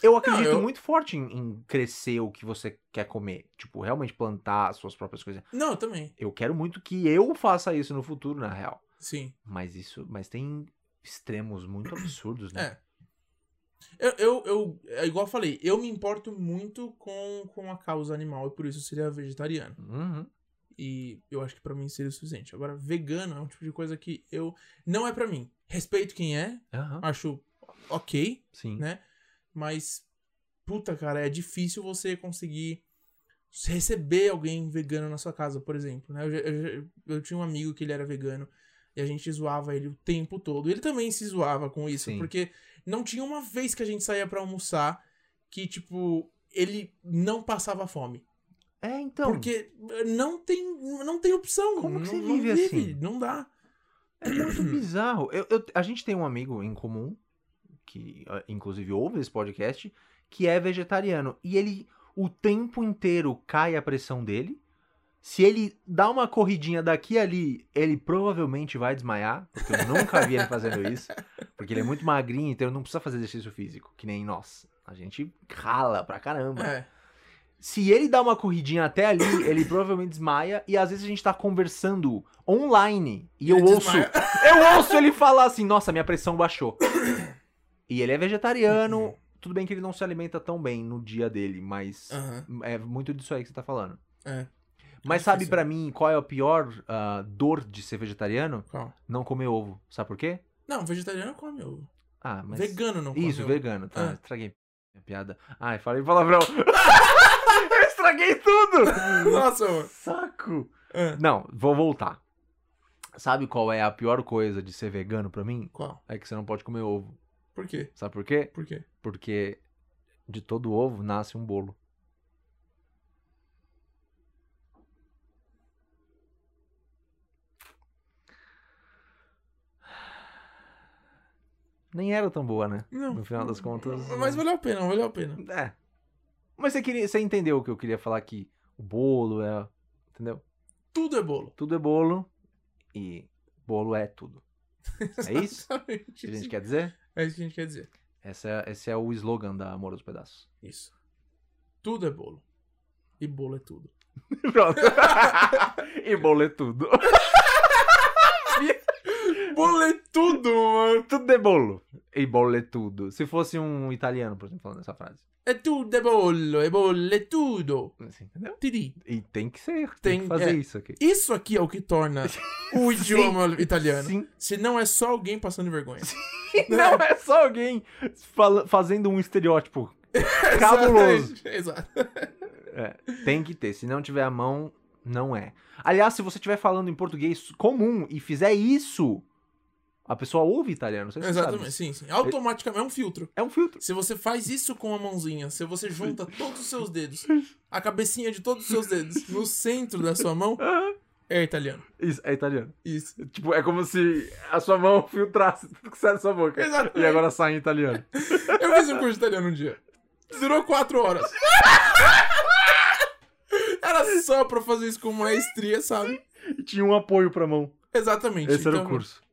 A: Eu acredito
B: eu-
A: muito forte em, em crescer o que você quer comer. Tipo, realmente plantar as suas próprias coisas.
B: Não, eu também.
A: Eu quero muito que eu faça isso no futuro, na real.
B: Sim.
A: Mas isso. Mas tem extremos muito absurdos, né?
B: É. Eu, eu, eu- é igual eu falei, eu me importo muito com, com a causa animal e por isso eu seria vegetariano.
A: Uhum.
B: E eu acho que pra mim seria o suficiente. Agora, vegano é um tipo de coisa que eu. Não é pra mim. Respeito quem é,
A: Aham.
B: acho ok,
A: Sim.
B: né? Mas, puta, cara, é difícil você conseguir receber alguém vegano na sua casa, por exemplo, né? Eu, já- eu já- eu tinha um amigo que ele era vegano e a gente zoava ele o tempo todo. Ele também se zoava com isso,
A: Sim.
B: porque não tinha uma vez que a gente saía pra almoçar que, tipo, ele não passava fome.
A: É, então.
B: Porque eh, não tem, não tem opção.
A: Como que
B: não,
A: você
B: não
A: vive assim?
B: Não dá.
A: É muito bizarro. Eu- eu- a gente tem um amigo em comum, que ah, inclusive ouve esse podcast, que é vegetariano. E ele, o tempo inteiro, cai a pressão dele. Se ele dá uma corridinha daqui e ali, ele provavelmente vai desmaiar, porque eu nunca vi ele fazendo isso. Porque ele é muito magrinho, então ele não precisa fazer exercício físico, que nem nós. A gente rala pra caramba.
B: É.
A: Se ele dá uma corridinha até ali, ele provavelmente desmaia. E às vezes a gente tá conversando online e eu
B: Ele
A: ouço.
B: desmaia.
A: Eu ouço ele falar assim: Nossa, minha pressão baixou. E ele é vegetariano,
B: Uhum.
A: tudo bem que ele não se alimenta tão bem no dia dele, mas
B: Aham.
A: é muito disso aí que você tá falando.
B: É.
A: Mas sabe
B: difícil.
A: pra mim qual é a pior ah, dor de ser vegetariano?
B: Qual?
A: Não comer ovo. Sabe por quê?
B: Não, vegetariano come ovo.
A: Ah, mas.
B: Vegano não come
A: Isso,
B: ovo.
A: vegano, tá.
B: Ah.
A: Estraguei minha piada. Ai, falei palavrão. Eu estraguei tudo!
B: Nossa, mano.
A: Saco!
B: Ah,
A: Não, vou voltar. Sabe qual é a pior coisa de ser vegano pra mim?
B: Qual?
A: É que você não pode comer ovo.
B: Por quê?
A: Sabe por quê?
B: Por quê?
A: Porque de todo ovo nasce um bolo. Nem era tão boa, né?
B: Não.
A: No final das contas,
B: Mas
A: não.
B: valeu a pena, valeu a pena.
A: É. Mas você, queria, você entendeu o que eu queria falar aqui? O bolo é. Entendeu?
B: Tudo é bolo.
A: Tudo é bolo e bolo é tudo. É isso
B: Exatamente.
A: que a gente quer dizer?
B: É isso que a gente quer dizer.
A: Essa é- esse é o slogan da Amor aos Pedaços.
B: Isso. Tudo é bolo. E bolo é tudo.
A: Pronto. e bolo é tudo.
B: Bolo é tudo, mano.
A: Tudo é bolo. E bolo é tudo. Se fosse um italiano, por exemplo, falando essa frase.
B: É tudo é bolo, é bolo é tudo.
A: Assim, entendeu?
B: Tiri.
A: E tem que ser. Tem,
B: Tem-
A: que fazer
B: é.
A: isso aqui.
B: Isso aqui é o que torna o idioma italiano.
A: Sim.
B: Se não é só alguém passando vergonha.
A: Não é só alguém fala- fazendo um estereótipo cabuloso.
B: Exatamente. Exato.
A: Tem que ter. Se não tiver a mão, não é. Aliás, se você estiver falando em português comum e fizer isso, a pessoa ouve italiano. Não sei se você sabe.
B: Exatamente, sim, sim. Automaticamente é um filtro.
A: É um filtro.
B: Se você faz isso com a mãozinha, se você junta todos os seus dedos, a cabecinha de todos os seus dedos no centro da sua mão, é italiano.
A: Isso, é italiano.
B: Isso.
A: Tipo, é como se a sua mão filtrasse tudo que sai da sua boca.
B: Exatamente.
A: E agora sai em italiano.
B: Eu fiz um curso de italiano um dia. Durou quatro horas. Era só pra fazer isso com maestria, sabe?
A: E tinha um apoio pra mão.
B: Exatamente.
A: Esse era o
B: Então,
A: curso.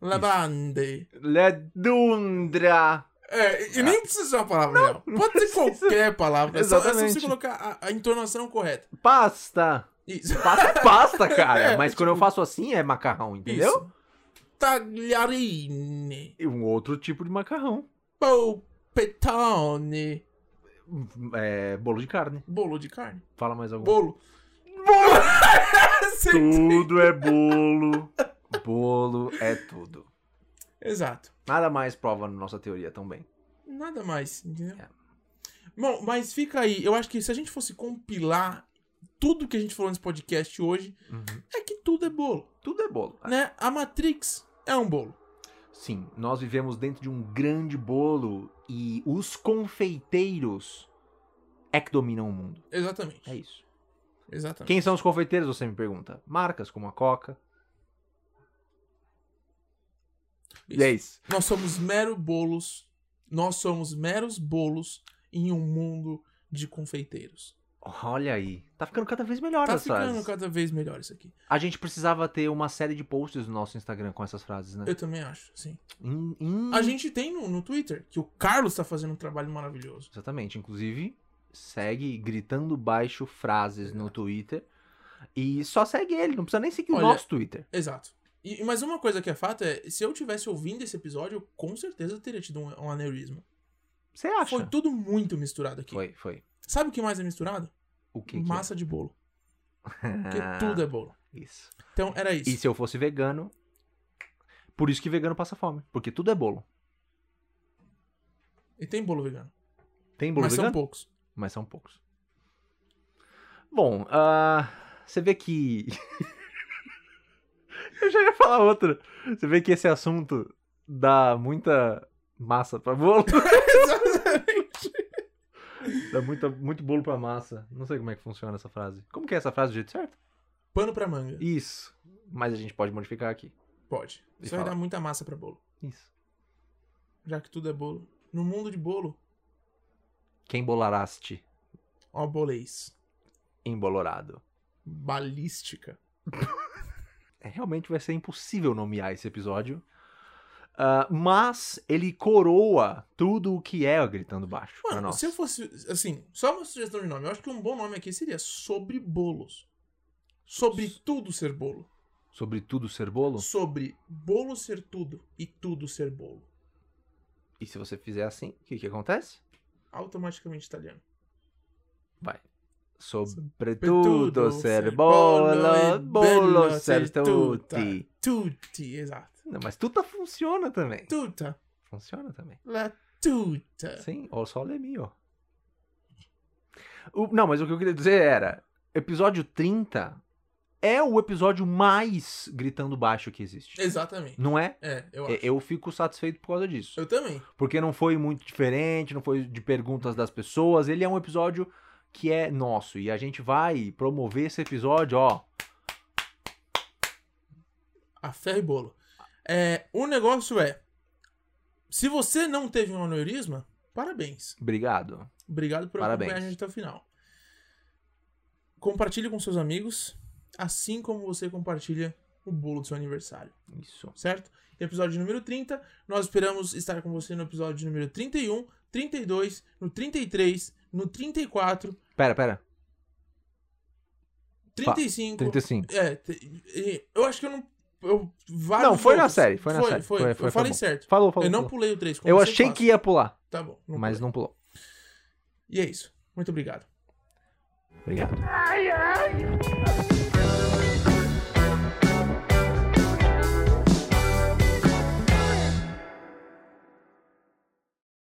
B: La bande.
A: Ledundra.
B: É, e nem precisa ser uma palavra real. Pode ser qualquer palavra. É só, é só você
A: Exatamente.
B: colocar a, a entonação correta.
A: Pasta.
B: Isso.
A: Pasta, pasta, cara.
B: É,
A: Mas quando eu faço assim, é macarrão, entendeu?
B: Isso. Tagliarini.
A: E um outro tipo de macarrão.
B: Polpetone.
A: É, bolo de carne.
B: Bolo de carne.
A: Fala mais algum.
B: Bolo. Bolo!
A: Tudo é bolo. Bolo é tudo.
B: Exato.
A: Nada mais prova na nossa teoria também.
B: Nada mais, entendeu?
A: É.
B: Bom, mas fica aí. Eu acho que se a gente fosse compilar tudo que a gente falou nesse podcast hoje, é que tudo é bolo,
A: Tudo é bolo.
B: né? A Matrix é um bolo.
A: Sim, nós vivemos dentro de um grande bolo e os confeiteiros é que dominam o mundo.
B: Exatamente.
A: É isso.
B: Exatamente.
A: Quem são os confeiteiros, você me pergunta? Marcas como a Coca. E é isso.
B: Nós somos mero bolos. Nós somos meros bolos em um mundo de confeiteiros.
A: Olha aí. Tá ficando cada vez melhor
B: Tá
A: as
B: ficando
A: frases.
B: cada vez melhor isso aqui.
A: A gente precisava ter uma série de posts no nosso Instagram com essas frases, né?
B: Eu também acho, sim.
A: Hum, hum.
B: A gente tem no, no Twitter que o Carlos tá fazendo um trabalho maravilhoso.
A: Exatamente. Inclusive, segue gritando baixo frases no Twitter. E só segue ele, não precisa nem seguir
B: Olha,
A: o nosso Twitter.
B: Exato. E, mas uma coisa que é fato é, se eu tivesse ouvindo esse episódio, eu com certeza teria tido um, um aneurisma.
A: Você acha?
B: Foi tudo muito misturado aqui.
A: foi, foi.
B: Sabe o que mais é misturado?
A: O que que é? Ah,
B: Massa de bolo. Porque tudo é bolo.
A: Isso.
B: Então era isso.
A: E se eu fosse vegano, por isso que vegano passa fome, porque tudo é bolo.
B: E tem bolo vegano.
A: Tem bolo
B: mas
A: vegano,
B: são poucos.
A: mas são poucos. Bom, ah, você vê que Eu já ia falar outra. Você vê que esse assunto dá muita massa pra bolo, dá muita, muito bolo pra massa. Não sei como é que funciona essa frase. Como que é essa frase do jeito certo?
B: Pano pra manga.
A: Isso. Mas a gente pode modificar aqui.
B: Pode.
A: E
B: Isso vai
A: fala.
B: dar muita massa pra bolo.
A: Isso.
B: Já que tudo é bolo. No mundo de bolo,
A: Quem bolaraste
B: ó, bolês.
A: embolorado.
B: Balística.
A: É, realmente vai ser impossível nomear esse episódio. Ah, mas ele coroa tudo o que é o Gritando Baixo pra
B: Mano,
A: nós.
B: se eu fosse. Assim, só uma sugestão de nome. Eu acho que um bom nome aqui seria Sobre Bolos. Sobre tudo ser bolo.
A: Sobretudo ser bolo?
B: Sobre bolo ser tudo e tudo ser bolo.
A: E se você fizer assim, o que, que acontece?
B: Automaticamente italiano.
A: Sobretudo ser bolo, bolo ser tutti.
B: Tutti, esatto.
A: Não, mas tuta funciona também.
B: Tutta.
A: Funciona também.
B: La tutta.
A: Sim, o sole mio. O- não, mas o que eu queria dizer era: episódio 30 é o episódio mais gritando baixo que existe.
B: Exatamente.
A: Não é?
B: É, eu acho.
A: É, Eu fico satisfeito por causa disso.
B: Eu também.
A: Porque não foi muito diferente, não foi de perguntas das pessoas. Ele é um episódio que é nosso. E a gente vai promover esse episódio, ó.
B: A ferro e bolo. É, o negócio é. Se você não teve um aneurisma, parabéns.
A: Obrigado.
B: Obrigado por
A: Parabéns.
B: acompanhar a gente até o final. Compartilhe com seus amigos, assim como você compartilha o bolo do seu aniversário,
A: Isso.
B: certo? Episódio número 30. Nós esperamos estar com você no episódio número 31, 32, no 33, no 34,
A: Pera, pera.
B: 35.
A: 35.
B: É, te- e- eu acho que eu não. Eu, vários
A: Não, foi na
B: outros.
A: série, foi na série.
B: Foi,
A: Foi-
B: eu
A: foi- foi
B: falei
A: bom.
B: certo.
A: Falou, falou.
B: Eu não
A: falou.
B: pulei o 3.
A: Eu achei que ia pular,
B: Tá bom.
A: mas não pulou.
B: E é isso. Muito obrigado.
A: Obrigado.
C: Ai, ai.